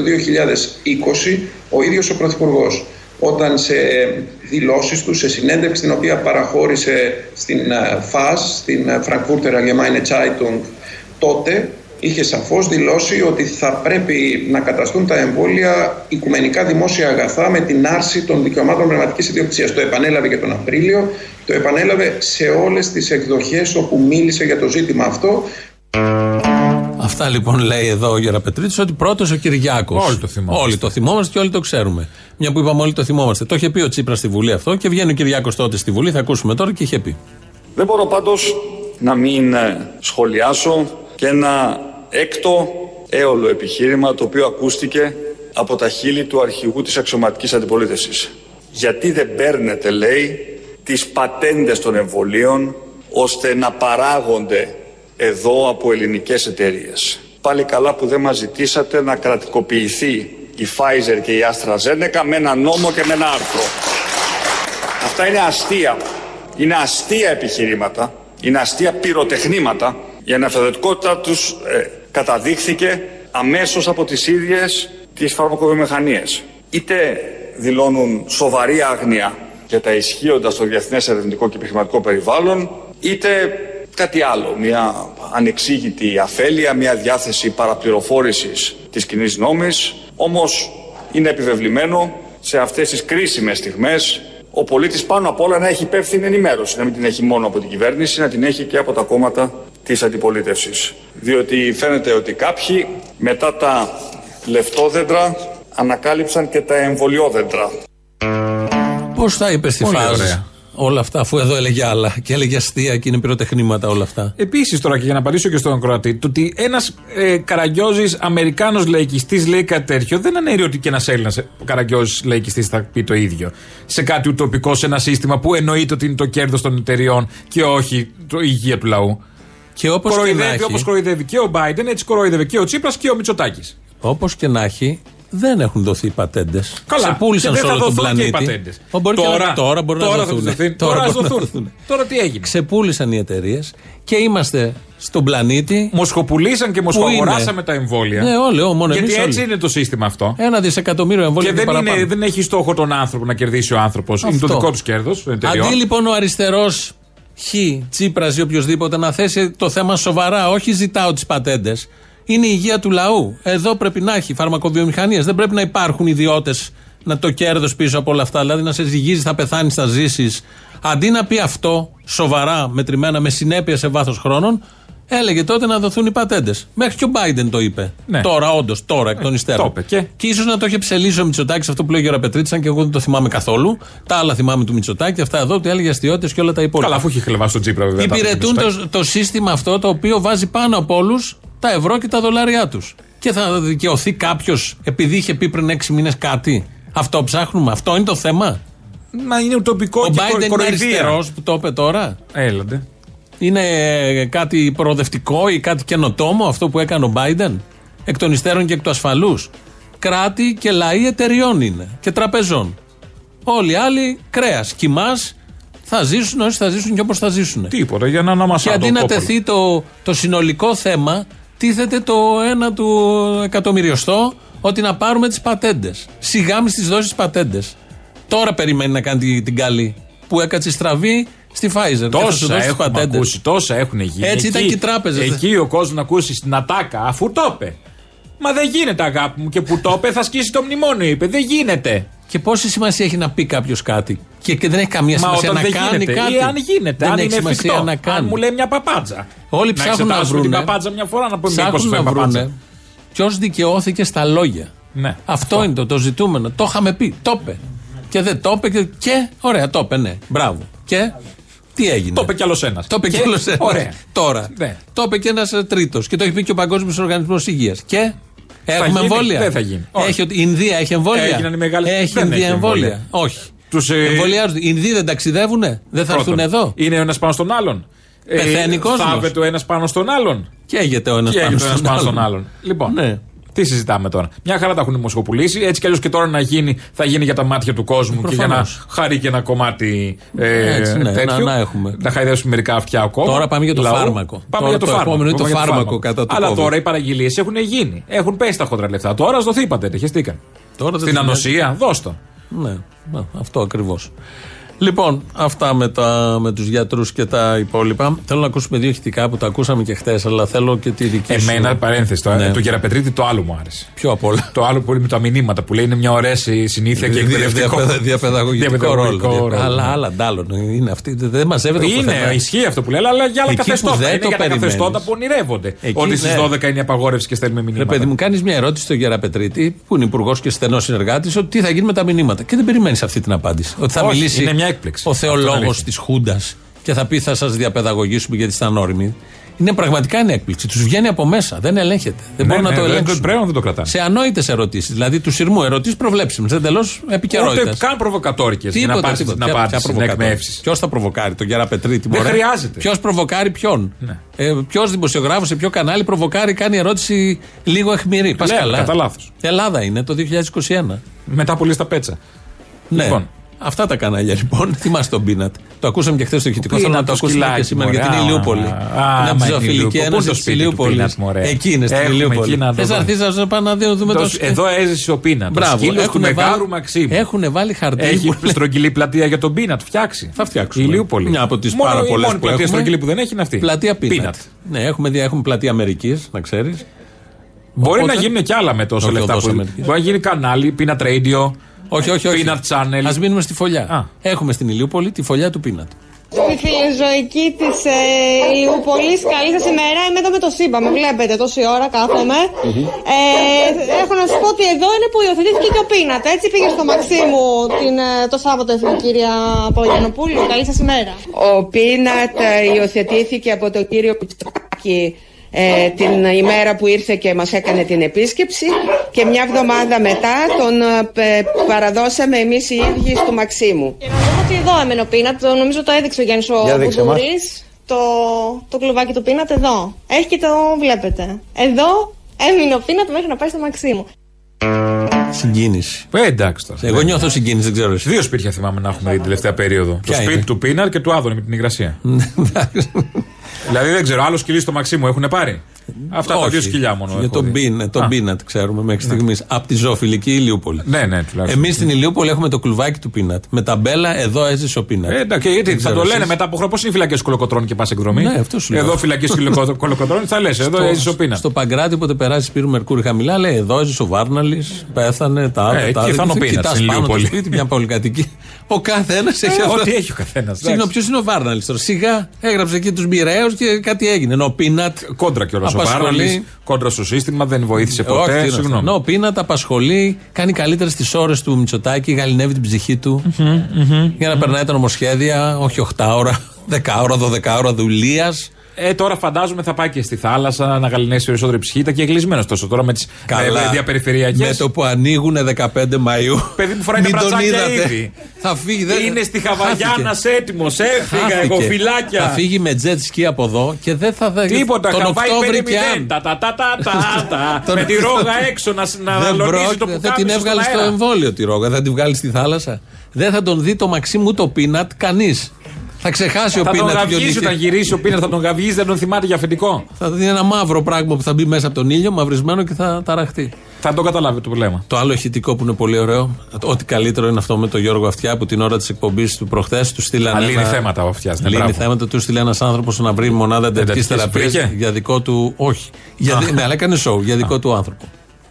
Speaker 8: ο ίδιος ο Πρωθυπουργός. Όταν σε δηλώσεις του, σε συνέντευξη την οποία παραχώρησε στην ε, ΦΑΣ, στην ε, Frankfurter Allgemeine Zeitung, τότε είχε σαφώς δηλώσει ότι θα πρέπει να καταστούν τα εμβόλια οικουμενικά δημόσια αγαθά με την άρση των δικαιωμάτων πνευματικής ιδιοκτησίας. Το επανέλαβε και τον Απρίλιο, το επανέλαβε σε όλες τις εκδοχές όπου μίλησε για το ζήτημα αυτό.
Speaker 3: Αυτά λοιπόν λέει εδώ ο Γεραπετρίτη ότι πρώτος ο Κυριάκος.
Speaker 4: Όλοι το θυμόμαστε.
Speaker 3: Όλοι το θυμόμαστε και όλοι το ξέρουμε. Μια που είπαμε όλοι το θυμόμαστε. Το είχε πει ο Τσίπρας στη Βουλή αυτό και βγαίνει ο Κυριάκος τότε στη Βουλή. Θα ακούσουμε τώρα και είχε πει.
Speaker 12: Δεν μπορώ πάντως να μην ε, σχολιάσω και ένα έκτο έολο επιχείρημα το οποίο ακούστηκε από τα χείλη του αρχηγού της αξιωματικής αντιπολίτευσης. Γιατί δεν παίρνετε, λέει, τις πατέντες των εμβολίων ώστε να παράγονται εδώ από ελληνικές εταιρείες. Πάλι καλά που δεν μας ζητήσατε να κρατικοποιηθεί η Pfizer και η AstraZeneca με ένα νόμο και με ένα άρθρο. Αυτά είναι αστεία. Είναι αστεία επιχειρήματα. Είναι αστεία πυροτεχνήματα. Η αναφερετικότητα τους ε, καταδείχθηκε αμέσως από τις ίδιες τις φαρμακοβιομηχανίες. Είτε δηλώνουν σοβαρή άγνοια για τα ισχύοντα στο διεθνές ερευνητικό και επιχειρηματικό περιβάλλον, είτε κάτι άλλο, μια ανεξήγητη αφέλεια, μια διάθεση παραπληροφόρησης της κοινή νόμης. Όμως είναι επιβεβλημένο σε αυτές τις κρίσιμες στιγμές ο πολίτης πάνω απ' όλα να έχει υπεύθυνη ενημέρωση, να μην την έχει μόνο από την κυβέρνηση, να την έχει και από τα κόμματα της αντιπολίτευσης. Διότι φαίνεται ότι κάποιοι μετά τα λεφτόδεντρα ανακάλυψαν και τα εμβολιόδεντρα.
Speaker 3: Πώς θα είπε στη
Speaker 12: Πολύ
Speaker 3: φάση
Speaker 12: ωραία.
Speaker 3: όλα αυτά, αφού εδώ έλεγε άλλα και έλεγε αστεία και είναι πυροτεχνήματα όλα αυτά.
Speaker 4: Επίσης, τώρα και για να απαντήσω και στον Κροατή, το ότι ένας ε, Καραγκιόζης Αμερικάνος λαϊκιστής λέει κάτι τέτοιο δεν αναιρεί ότι και ένας Έλληνας Καραγκιόζης λαϊκιστής θα πει το ίδιο. Σε κάτι ουτοπικό, σε ένα σύστημα που εννοείται ότι είναι το κέρδος των εταιριών και όχι το, η υγεία του λαού.
Speaker 3: Και όπως και να
Speaker 4: κοροϊδεύει
Speaker 3: έχει.
Speaker 4: όπως κοροϊδεύει και ο Biden, έτσι κοροϊδεύει και ο Τσίπρα και ο Μητσοτάκης.
Speaker 3: Όπως και να έχει, δεν έχουν δοθεί οι πατέντες.
Speaker 4: Καλά.
Speaker 3: πούλησαν
Speaker 4: και
Speaker 3: σε
Speaker 4: δεν
Speaker 3: όλο
Speaker 4: θα
Speaker 3: τον
Speaker 4: δοθούν και οι
Speaker 3: πλανήτη.
Speaker 4: πατέντες.
Speaker 3: Ω, μπορεί και να- τώρα μπορεί να
Speaker 4: τώρα θα τους
Speaker 3: δοθούν.
Speaker 4: δοθεί.
Speaker 3: Τώρα
Speaker 4: Τώρα ας
Speaker 3: μπορεί να
Speaker 4: δοθούν.
Speaker 3: δοθούν.
Speaker 4: Τώρα τι έγινε.
Speaker 3: Ξεπούλησαν οι εταιρείες και είμαστε στον πλανήτη.
Speaker 4: Μοσχοπουλήσαν και μοσχοαγοράσαμε τα εμβόλια.
Speaker 3: Ναι, όλοι, ό, μόνο
Speaker 4: Γιατί
Speaker 3: εμείς όλοι.
Speaker 4: έτσι είναι το σύστημα αυτό.
Speaker 3: Ένα δισεκατομμύριο εμβόλια
Speaker 4: Και
Speaker 3: και,
Speaker 4: δεν,
Speaker 3: παραπάνω.
Speaker 4: είναι, δεν έχει στόχο τον άνθρωπο να κερδίσει ο άνθρωπος. Είναι το
Speaker 3: Αυτό.
Speaker 4: δικό τους κέρδος.
Speaker 3: Αντί λοιπόν ο αριστερός Χ, Τσίπρας ή οποιοδήποτε να θέσει το θέμα σοβαρά, όχι ζητάω τις πατέντες. Είναι η υγεία του λαού. Εδώ πρέπει να έχει φαρμακοβιομηχανίες. Δεν πρέπει να υπάρχουν ιδιώτες να το κέρδος πίσω από όλα αυτά. Δηλαδή να σε ζυγίζει, θα πεθάνεις, θα ζήσεις. Αντί να πει αυτό σοβαρά, μετρημένα, με συνέπεια σε βάθος χρόνων, έλεγε τότε να δοθούν οι πατέντες. Μέχρι και ο Biden το είπε.
Speaker 4: Ναι. Ε,
Speaker 3: Τώρα, όντως, τώρα εκ των υστέρων.
Speaker 4: το είπε και-
Speaker 3: Και ίσως να το είχε ψελίσει ο Μητσοτάκης αυτό που λέει ο Γεραπετρίτη, αν και εγώ δεν το θυμάμαι καθόλου. Τα άλλα θυμάμαι του Μητσοτάκη, αυτά εδώ, ότι έλεγε αστείωτες και όλα τα υπόλοιπα.
Speaker 4: Καλά, αφού έχει χλεβάσει τον Τσίπρα, βέβαια. τα
Speaker 3: Υπηρετούν
Speaker 4: άφησε
Speaker 3: το, το σύστημα αυτό το οποίο βάζει πάνω από όλους τα ευρώ και τα δολάρια τους. Και θα δικαιωθεί κάποιος επειδή είχε πει πριν 6 μήνες κάτι. Αυτό ψάχνουμε, αυτό είναι το θέμα.
Speaker 4: πίσω. Μα είναι ουτοπικό
Speaker 3: Ο
Speaker 4: και
Speaker 3: Biden
Speaker 4: κορο-
Speaker 3: είναι
Speaker 4: κοροϊδία.
Speaker 3: αριστερός που το είπε τώρα.
Speaker 4: Έλατε.
Speaker 3: Είναι ε, κάτι προοδευτικό ή κάτι καινοτόμο αυτό που έκανε ο Biden. Εκ των υστέρων και εκ του ασφαλούς. Κράτη και λαοί εταιριών είναι και τραπεζών. Όλοι οι άλλοι κρέας. Κοιμάς θα ζήσουν όσοι θα ζήσουν και όπως θα ζήσουν.
Speaker 4: Τίποτα για να αναμασά
Speaker 3: και αντί
Speaker 4: τον
Speaker 3: να
Speaker 4: κόπολο.
Speaker 3: τεθεί το, το συνολικό θέμα, τίθεται το ένα του εκατομμυριωστό ότι να πάρουμε τις πατέντες. Σιγά με τι δόσει πατέντες. Τώρα περιμένει να κάνει την, την καλή που έκατσε στραβή στη Pfizer. Και θα
Speaker 4: Τόσα
Speaker 3: σου δώσει τις
Speaker 4: έχουν
Speaker 3: πατέντες.
Speaker 4: ακούσει, τόσα έχουν γίνει.
Speaker 3: Έτσι ήταν
Speaker 4: Εκεί-
Speaker 3: και οι τράπεζες.
Speaker 4: Εκεί ο κόσμος να ακούσει στην ατάκα, αφού το είπε. Μα δεν γίνεται, αγάπη μου, και που το είπε θα σκίσει το μνημόνιο, είπε. Δεν γίνεται.
Speaker 3: Και πόση σημασία έχει να πει κάποιος κάτι. Και, και δεν έχει καμία
Speaker 4: Μα
Speaker 3: σημασία
Speaker 4: όταν
Speaker 3: να
Speaker 4: δεν
Speaker 3: κάνει
Speaker 4: γίνεται,
Speaker 3: κάτι.
Speaker 4: ή αν γίνεται,
Speaker 3: δεν
Speaker 4: αν
Speaker 3: έχει
Speaker 4: είναι
Speaker 3: σημασία
Speaker 4: εφικτό.
Speaker 3: να
Speaker 4: Αν
Speaker 3: κάνει.
Speaker 4: μου λέει μια παπάτζα.
Speaker 3: Όλοι ψάχνουν να
Speaker 4: εξετάσουμε
Speaker 3: βρούνε.
Speaker 4: την παπάτζα μια φορά να πούμε μια
Speaker 3: Ψάχνουν
Speaker 4: 25
Speaker 3: να
Speaker 4: παπάτζα.
Speaker 3: βρούνε ποιο δικαιώθηκε στα λόγια.
Speaker 4: Ναι.
Speaker 3: Αυτό, είναι το, το ζητούμενο. Το είχαμε πει. Το είπε. Και δεν το είπε. Και, και ωραία, το είπε, ναι. Μπράβο. Και τι έγινε.
Speaker 4: Το είπε κι άλλος ένας.
Speaker 3: Το είπε και άλλος ένας. Τώρα.
Speaker 4: Ναι.
Speaker 3: Το είπε και ένας τρίτος. Και το έχει πει και ο Παγκόσμιος Οργανισμός Υγείας. Και. Έχουμε
Speaker 4: γίνει,
Speaker 3: εμβόλια.
Speaker 4: δεν θα γίνει. Όχι.
Speaker 3: Έχει, η Ινδία έχει εμβόλια.
Speaker 4: Έγιναν οι μεγάλες-
Speaker 3: Έχει
Speaker 4: δεν
Speaker 3: Ινδία
Speaker 4: έχει
Speaker 3: εμβόλια.
Speaker 4: εμβόλια.
Speaker 3: Όχι.
Speaker 4: Τους, ε,
Speaker 3: Εμβολιάζονται. Οι Ινδοί δεν ταξιδεύουνε. Δεν θα έρθουν εδώ.
Speaker 4: Είναι ο ένας πάνω στον άλλον.
Speaker 3: Πεθαίνει κόσμος.
Speaker 4: Θάβεται ο ένας πάνω στον άλλον.
Speaker 3: Καίγεται ο ένας
Speaker 4: Και έγινε
Speaker 3: πάνω,
Speaker 4: το ένα πάνω στον άλλον. Λοιπόν,
Speaker 3: Ναι.
Speaker 4: τι συζητάμε τώρα. Μια χαρά τα έχουν δημοσιοπουλήσει. Έτσι κι αλλιώς και τώρα να γίνει, θα γίνει για τα μάτια του κόσμου και για να
Speaker 3: Προφανώς.
Speaker 4: χαρεί και ένα κομμάτι ε,
Speaker 3: Έτσι, ναι,
Speaker 4: τέτοιο.
Speaker 3: να- να έχουμε.
Speaker 4: Να χαϊδέψουμε μερικά αυτιά ακόμα.
Speaker 3: Τώρα πάμε για το φάρμακο.
Speaker 4: Πάμε
Speaker 3: Τώρα
Speaker 4: για το,
Speaker 3: το
Speaker 4: φάρμακο.
Speaker 3: επόμενο είναι
Speaker 4: Πάμε
Speaker 3: το
Speaker 4: για
Speaker 3: φάρμακο κατά το
Speaker 4: Αλλά
Speaker 3: COVID.
Speaker 4: τώρα οι παραγγελίες έχουν γίνει. Έχουν πέσει τα χοντρά λεφτά. Τώρα α δοθεί η πατέντα. Χεστήκαν.
Speaker 3: Τώρα δεν
Speaker 4: Στην
Speaker 3: θυμάμαι.
Speaker 4: ανοσία, δώσ' το.
Speaker 3: Ναι, ναι, αυτό ακριβώς. Λοιπόν, αυτά με, τα, με τους γιατρούς και τα υπόλοιπα. Θέλω να ακούσουμε δύο ηχητικά που τα ακούσαμε και χθες, αλλά θέλω και τη δική σου.
Speaker 4: Εμένα, παρένθεση τώρα,
Speaker 3: Ναι.
Speaker 4: το Γεραπετρίτη το άλλο μου άρεσε.
Speaker 3: Πιο απ' όλα.
Speaker 4: Το άλλο που είναι με τα μηνύματα που λέει είναι μια ωραία συ- συνήθεια και
Speaker 3: Δια-
Speaker 4: εκπαιδευτικό.
Speaker 3: διαπαιδα- Διαπαιδαγωγικό ρόλο.
Speaker 4: διαπαιδαγωγικό
Speaker 3: Δια-
Speaker 4: ρόλο.
Speaker 3: Αλλά άλλα ντάλλον. Είναι αυτή. δεν- Δεν μαζεύεται
Speaker 4: Είναι,
Speaker 3: πουθενά.
Speaker 4: ισχύει αυτό που λέει, αλλά για άλλα
Speaker 3: Εκεί που δεν
Speaker 4: καθεστώτα. Είναι
Speaker 3: το
Speaker 4: για τα
Speaker 3: περιμένεις.
Speaker 4: καθεστώτα που ονειρεύονται.
Speaker 3: Εκεί,
Speaker 4: Ότι στι
Speaker 3: ναι.
Speaker 4: 12 είναι η απαγόρευση και στέλνουμε
Speaker 3: Ρε
Speaker 4: μηνύματα.
Speaker 3: παιδί μου, κάνεις μια ερώτηση στον Γεραπετρίτη, που είναι υπουργός και στενός συνεργάτης, ότι τι θα γίνει με τα μηνύματα. Και δεν περιμένεις αυτή την απάντηση. Ότι θα
Speaker 4: Όχι,
Speaker 3: μιλήσει
Speaker 4: είναι μια έκπληξη.
Speaker 3: ο
Speaker 4: Αυτό είναι
Speaker 3: θεολόγο
Speaker 4: αλήθεια.
Speaker 3: της Χούντας και θα πει θα σας διαπαιδαγωγήσουμε γιατί ήταν όριμοι. Είναι πραγματικά είναι έκπληξη. Τους βγαίνει από μέσα. Δεν ελέγχεται. Δεν
Speaker 4: Ναι,
Speaker 3: μπορούν
Speaker 4: ναι,
Speaker 3: να το
Speaker 4: δεν το-
Speaker 3: ελέγξουν.
Speaker 4: πλέον δεν το κρατάνε.
Speaker 3: Σε ανόητες ερωτήσεις. Δηλαδή του σειρμού ερωτήσεις προβλέψιμες. Εντελώ επικαιρότητα.
Speaker 4: Ούτε καν προβοκατόρικες για να πάρει την απάντηση, την εκμεύση.
Speaker 3: Ποιος θα προβοκάρει, τον Γεραπετρίτη.
Speaker 4: Δεν χρειάζεται. Ναι.
Speaker 3: Ποιος προβοκάρει ποιον. Ε, ποιος δημοσιογράφος σε ποιο κανάλι προβοκάρει, κάνει ερώτηση λίγο εχμηρή. Πα
Speaker 4: Λέμε,
Speaker 3: καλά.
Speaker 4: κατά λάθος.
Speaker 3: Ελλάδα είναι το 2021.
Speaker 4: Μετά πολύ στα πέτσα.
Speaker 3: Ναι.
Speaker 4: Λοιπόν.
Speaker 3: Αυτά τα κανάλια λοιπόν. [laughs] Θυμάστε τον Πίνατ. Το ακούσαμε και χθες στο ηχητικό.
Speaker 4: Ο
Speaker 3: Θέλω να
Speaker 4: Πίνατ,
Speaker 3: το
Speaker 4: το
Speaker 3: ακούσουμε και
Speaker 4: σκυλάκι,
Speaker 3: σήμερα
Speaker 4: μωρέ.
Speaker 3: για την
Speaker 4: Α,
Speaker 3: Ηλιούπολη.
Speaker 4: α,
Speaker 3: είναι από
Speaker 4: μα
Speaker 3: τη
Speaker 4: η
Speaker 3: ζωοφιλική
Speaker 4: Ηλιούπολη. Πού
Speaker 3: ένωση
Speaker 4: είναι το
Speaker 3: τη
Speaker 4: σπίτι του
Speaker 3: Ηλιούπολη.
Speaker 4: Πίνατ, μωρέ.
Speaker 3: Εκεί είναι στην
Speaker 4: Έχουμε εκεί
Speaker 3: Ηλιούπολη.
Speaker 4: να
Speaker 3: Θε
Speaker 4: το
Speaker 3: να
Speaker 4: δούμε.
Speaker 3: έρθει να πάμε να δούμε το
Speaker 4: Το-
Speaker 3: σπίτι.
Speaker 4: Εδώ έζησε ο πίνα. Το
Speaker 3: Μπράβο,
Speaker 4: σκύλο του
Speaker 3: έχουνε
Speaker 4: μεγάλου
Speaker 3: βάλει-
Speaker 4: Μαξίμ.
Speaker 3: έχουνε βάλει χαρτί.
Speaker 4: Έχει
Speaker 3: που λέει-
Speaker 4: στρογγυλή πλατεία για τον πίνα, του φτιάξει.
Speaker 3: Θα φτιάξουμε.
Speaker 4: Η Ηλιούπολη.
Speaker 3: Μια από τις
Speaker 4: Μόνο
Speaker 3: πάρα
Speaker 4: η
Speaker 3: πολλές
Speaker 4: μόνη
Speaker 3: που
Speaker 4: πλατεία
Speaker 3: έχουμε.
Speaker 4: στρογγυλή που δεν έχει είναι αυτή.
Speaker 3: Πλατεία Πίνατ.
Speaker 4: Peanut.
Speaker 3: Ναι, έχουμε, δια- έχουμε πλατεία Αμερικής, να ξέρεις.
Speaker 4: Μπορεί
Speaker 3: Οπότε-
Speaker 4: να γίνουν κι άλλα με τόσο
Speaker 3: Όχι,
Speaker 4: λεφτά
Speaker 3: οδός
Speaker 4: που. Μπορεί
Speaker 3: Αμερικής.
Speaker 4: να γίνει κανάλι, Peanut Radio.
Speaker 3: Όχι, όχι, όχι.
Speaker 4: Peanut Channel.
Speaker 3: Ας μείνουμε στη φωλιά. Έχουμε στην Ηλιούπολη τη φωλιά του Πίνατ.
Speaker 13: Στη φιλοζωική της ε, Ηλιούπολης, καλή σας ημέρα. Είμαι εδώ με το ΣΥΜΠΑ. Με βλέπετε τόση ώρα κάθομαι. Ε, έχω να σα πω ότι εδώ είναι που υιοθετήθηκε και ο Πίνατ. Έτσι πήγε στο Μαξίμου την, ε, το Σάββατο, η κυρία Απογιανοπούλου. Καλή σας ημέρα.
Speaker 14: Ο Πίνατ ε, υιοθετήθηκε από τον κύριο Πιτσοκάκη ε, την ημέρα που ήρθε και μας έκανε την επίσκεψη και μια εβδομάδα μετά τον ε, πε- παραδώσαμε εμείς οι ίδιοι στο Μαξίμου.
Speaker 13: Νομίζω ότι εδώ έμενε ο Πίνατ. Το- Νομίζω το έδειξε ο Γιάννης ο
Speaker 14: Για δείξε μας.
Speaker 13: Κουντουρής. Το, το κλουβάκι του Πίνατ εδώ. Έχει και το βλέπετε. Εδώ έμεινε ο Πίνατ μέχρι να πάει στο Μαξίμου.
Speaker 3: Συγκίνηση.
Speaker 4: Ε, εντάξει τώρα.
Speaker 3: Εγώ νιώθω συγκίνηση, δεν ξέρω.
Speaker 4: Δύο σπίτια θυμάμαι να έχουμε την τελευταία περίοδο.
Speaker 3: Ποια
Speaker 4: το σπίτι
Speaker 3: είναι?
Speaker 4: του Πίναρ και του Άδωνη με την υγρασία. δηλαδή δεν ξέρω, άλλο σκυλί στο Μαξίμου έχουν πάρει. Αυτά τα
Speaker 3: Όχι.
Speaker 4: δύο σκυλιά μόνο.
Speaker 3: [laughs] Για
Speaker 4: έχω
Speaker 3: τον
Speaker 4: δει.
Speaker 3: Πίνα- τον
Speaker 4: Α.
Speaker 3: Πίνατ ξέρουμε μέχρι στιγμή. Από τη ζωοφιλική Ηλιούπολη.
Speaker 4: Ναι, ναι, τουλάχιστον.
Speaker 3: Εμείς στην Ηλιούπολη έχουμε το κλουβάκι του Πίνατ. Με ταμπέλα εδώ έζησε ο Πίνατ.
Speaker 4: Ε, εντάξει, γιατί
Speaker 3: Δεν
Speaker 4: θα
Speaker 3: ξέρω
Speaker 4: το λένε
Speaker 3: εσείς.
Speaker 4: μετά από χρόνια. Πώς είναι οι φυλακές κολοκοτρών και πας εκδρομή.
Speaker 3: Ναι, αυτό σου λέω.
Speaker 4: Εδώ
Speaker 3: [laughs]
Speaker 4: φυλακές κολοκοτρών θα λες, εδώ
Speaker 3: Στο-
Speaker 4: έζησε ο Πίναρ.
Speaker 3: Στο Παγκράτη, όποτε περάσει πύρου Μερκούρη χαμηλά, λέει εδώ έζησε ο Βάρναλης, πέθανε, τα
Speaker 4: Ε,
Speaker 3: άλλα.
Speaker 4: εκεί θα είναι ο Πίνατς, στην Ηλιούπολη.
Speaker 3: σπίτι, μια πολυκατοική. Ο καθένας Ε, έχει αυτό.
Speaker 4: Ό,τι έχει ο καθένας.
Speaker 3: Συγγνώμη, ποιος είναι ο Βάρναλης τώρα. Σιγά έγραψε εκεί τους μοιραίους και κάτι έγινε. Ενώ ο Πίνατ.
Speaker 4: Κόντρα κιόλας ο
Speaker 3: απασχολεί-
Speaker 4: Βάρναλης. Κόντρα στο σύστημα, δεν βοήθησε
Speaker 3: Όχι, τι
Speaker 4: Ε, ποτέ.
Speaker 3: είναι αυτό.
Speaker 4: Συγγνώμη.
Speaker 3: Ενώ ο Πίνατ απασχολεί, κάνει καλύτερε τι ώρες του Μητσοτάκη, γαλινεύει την ψυχή του. Για να περνάει τα νομοσχέδια, όχι 8 ώρα, 10 ώρα, 12 ώρα δουλείας.
Speaker 4: Ε, τώρα φαντάζομαι θα πάει και στη θάλασσα να γαλινέσει περισσότερη ψυχή. Ήταν και κλεισμένο τόσο τώρα με τις διαπεριφερειακές.
Speaker 3: Με το που ανοίγουν 15 Μαΐου.
Speaker 4: Παιδί μου φοράει
Speaker 3: Μην
Speaker 4: τα
Speaker 3: τον
Speaker 4: μπρατσάκια
Speaker 3: είδατε.
Speaker 4: ήδη.
Speaker 3: Θα φύγει, δεν-
Speaker 4: Είναι στη
Speaker 3: χάθηκε.
Speaker 4: Χαβαγιάνα έτοιμο. Έφυγα
Speaker 3: Χάθηκε.
Speaker 4: εγώ, φυλάκια.
Speaker 3: Θα φύγει με jet ski από εδώ και δεν θα δέχεται.
Speaker 4: Τίποτα,
Speaker 3: τον
Speaker 4: Χαβάη
Speaker 3: Οκτώβρη
Speaker 4: 5-0.
Speaker 3: και αν.
Speaker 4: Τα, τα, τα, τα, τα, τα.
Speaker 3: [laughs] Τον
Speaker 4: με τη
Speaker 3: Οκτώβρη.
Speaker 4: ρόγα έξω να, σ- να
Speaker 3: δεν
Speaker 4: λονίζει το
Speaker 3: πρόκειται, δεν
Speaker 4: πουκάμισο
Speaker 3: την
Speaker 4: στον
Speaker 3: έβγαλε στο
Speaker 4: αέρα.
Speaker 3: εμβόλιο τη ρόγα, δεν την βγάλει στη θάλασσα. Δεν θα τον δει το Μαξίμου το πίνατ κανείς. Θα ξεχάσει ο
Speaker 4: Θα τον
Speaker 3: πίνατ
Speaker 4: γαυγίζει όταν γυρίσει ο πίνα, θα τον γαυγίζει, δεν τον θυμάται για αφεντικό.
Speaker 3: Θα δει ένα μαύρο πράγμα που θα μπει μέσα από τον ήλιο, μαυρισμένο και θα ταραχτεί.
Speaker 4: Θα το καταλάβει το βλέμμα.
Speaker 3: Το άλλο ηχητικό που είναι πολύ ωραίο, ό,τι καλύτερο είναι αυτό με τον Γιώργο Αυτιά που την ώρα της εκπομπής του προχθές του στείλανε.
Speaker 4: Α, λύνει
Speaker 3: ένα-
Speaker 4: θέματα ο Αυτιάς, ναι,
Speaker 3: Λύνει
Speaker 4: μπράβο.
Speaker 3: θέματα, του στείλει ένας άνθρωπος να βρει μονάδα εντατική
Speaker 4: Εντατικής
Speaker 3: θεραπείας
Speaker 4: βρήκε?
Speaker 3: για δικό του. Όχι. Για, δι- ναι, αλλά έκανε σοου για δικό του άνθρωπο.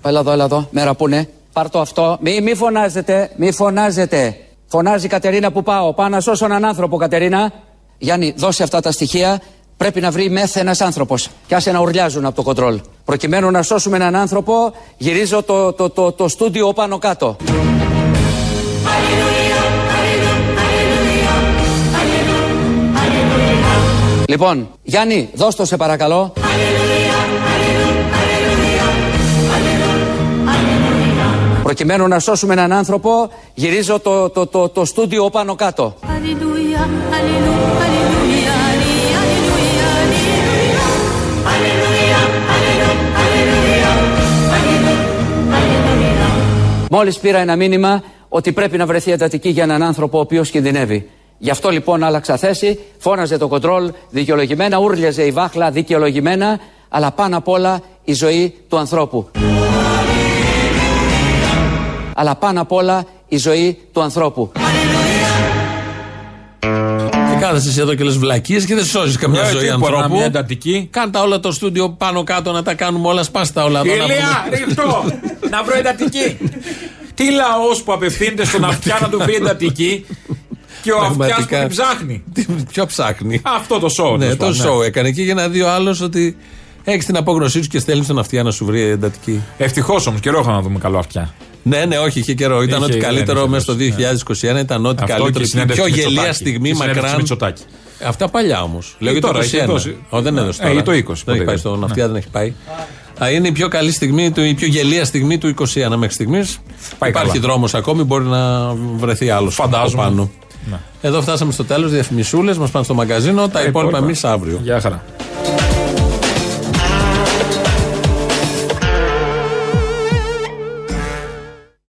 Speaker 15: Έλα εδώ, έλα εδώ. Μέρα που είναι. Πάρ το αυτό. Μη, μη φωνάζετε, μη φωνάζετε. Φωνάζει η Κατερίνα που πάω. Πάω να σώσω έναν άνθρωπο, Κατερίνα. Γιάννη, δώσε αυτά τα στοιχεία. Πρέπει να βρει μέθε ένας άνθρωπος. Και άσε να ουρλιάζουν από το κοντρόλ. Προκειμένου να σώσουμε έναν άνθρωπο, γυρίζω το, το, το, το στούντιο πάνω κάτω. Λοιπόν, Γιάννη, δώσ' το σε παρακαλώ. Προκειμένου να σώσουμε έναν άνθρωπο, γυρίζω το, το, το, το στούντιο πάνω κάτω.
Speaker 16: Alleluia, Alleluia, Alleluia, Alleluia, Alleluia.
Speaker 15: Μόλις πήρα ένα μήνυμα ότι πρέπει να βρεθεί εντατική για έναν άνθρωπο ο οποίος κινδυνεύει. Γι' αυτό λοιπόν άλλαξα θέση, φώναζε το κοντρόλ δικαιολογημένα, ούρλιαζε η βάχλα δικαιολογημένα, αλλά πάνω απ' όλα η ζωή του ανθρώπου. Αλλά πάνω απ' όλα η ζωή του ανθρώπου.
Speaker 3: Και κάθεσαι εσύ εδώ και λες βλακίες και δεν σώζεις καμιά
Speaker 4: Ε,
Speaker 3: ζωή
Speaker 4: τίποτα,
Speaker 3: ανθρώπου.
Speaker 4: μια
Speaker 3: Κάντα όλα το στούντιο πάνω κάτω να τα κάνουμε όλα, σπάστα όλα εδώ. να
Speaker 4: Ηλία,
Speaker 3: πούμε.
Speaker 4: ρίχτω! να βρω εντατική. Τι λαός που απευθύνεται στον αυτιά να του βρει εντατική και ο αυτιάς που
Speaker 3: Πραγματικά.
Speaker 4: την ψάχνει.
Speaker 3: Τι- Ποιο ψάχνει.
Speaker 4: Αυτό το σοου.
Speaker 3: Ναι,
Speaker 4: τέλος
Speaker 3: το
Speaker 4: πάντων,
Speaker 3: σοου έκανε και για να δει ο άλλος ότι έχεις την απόγνωσή σου και στέλνεις τον αυτιά να σου βρει εντατική.
Speaker 4: Ευτυχώς όμως, καιρό είχα να δούμε καλό αυτιά.
Speaker 3: Ναι, ναι, όχι, είχε καιρό. Ήταν
Speaker 4: Είχε,
Speaker 3: ό,τι
Speaker 4: ναι,
Speaker 3: καλύτερο
Speaker 4: είχε
Speaker 3: μέσα στο 2021. Ήταν ό,τι
Speaker 4: Αυτό και η
Speaker 3: καλύτερο. στην
Speaker 4: συνέντευξη
Speaker 3: πιο γελία
Speaker 4: Μητσοτάκη.
Speaker 3: στιγμή
Speaker 4: Η συνέντευξη
Speaker 3: μακράν.
Speaker 4: Μητσοτάκη.
Speaker 3: Αυτά παλιά όμως.
Speaker 4: Ε,
Speaker 3: Λέω για το
Speaker 4: τώρα, έχει
Speaker 3: 21.
Speaker 4: δώσει.
Speaker 3: Ω, δεν έδωσε
Speaker 4: Ε,
Speaker 3: τώρα.
Speaker 4: ή το 20
Speaker 3: Δεν
Speaker 4: ποτέ
Speaker 3: έχει πάει
Speaker 4: δεν.
Speaker 3: στον αυτιά, δεν έχει πάει. Α, είναι η πιο καλή στιγμή, του- η πιο γελία στιγμή του 21 μέχρι στιγμής. Υπάρχει
Speaker 4: καλά.
Speaker 3: δρόμος ακόμη, μπορεί να βρεθεί άλλος.
Speaker 4: Ναι.
Speaker 3: Φαντάζομαι. Εδώ φτάσαμε στο τέλος, διαφημισούλες, μας πάνε στο μαγκαζίνο. Τα υπόλοιπα εμεί Λοιπόν, αύριο.
Speaker 4: Ε, Γεια χαρά.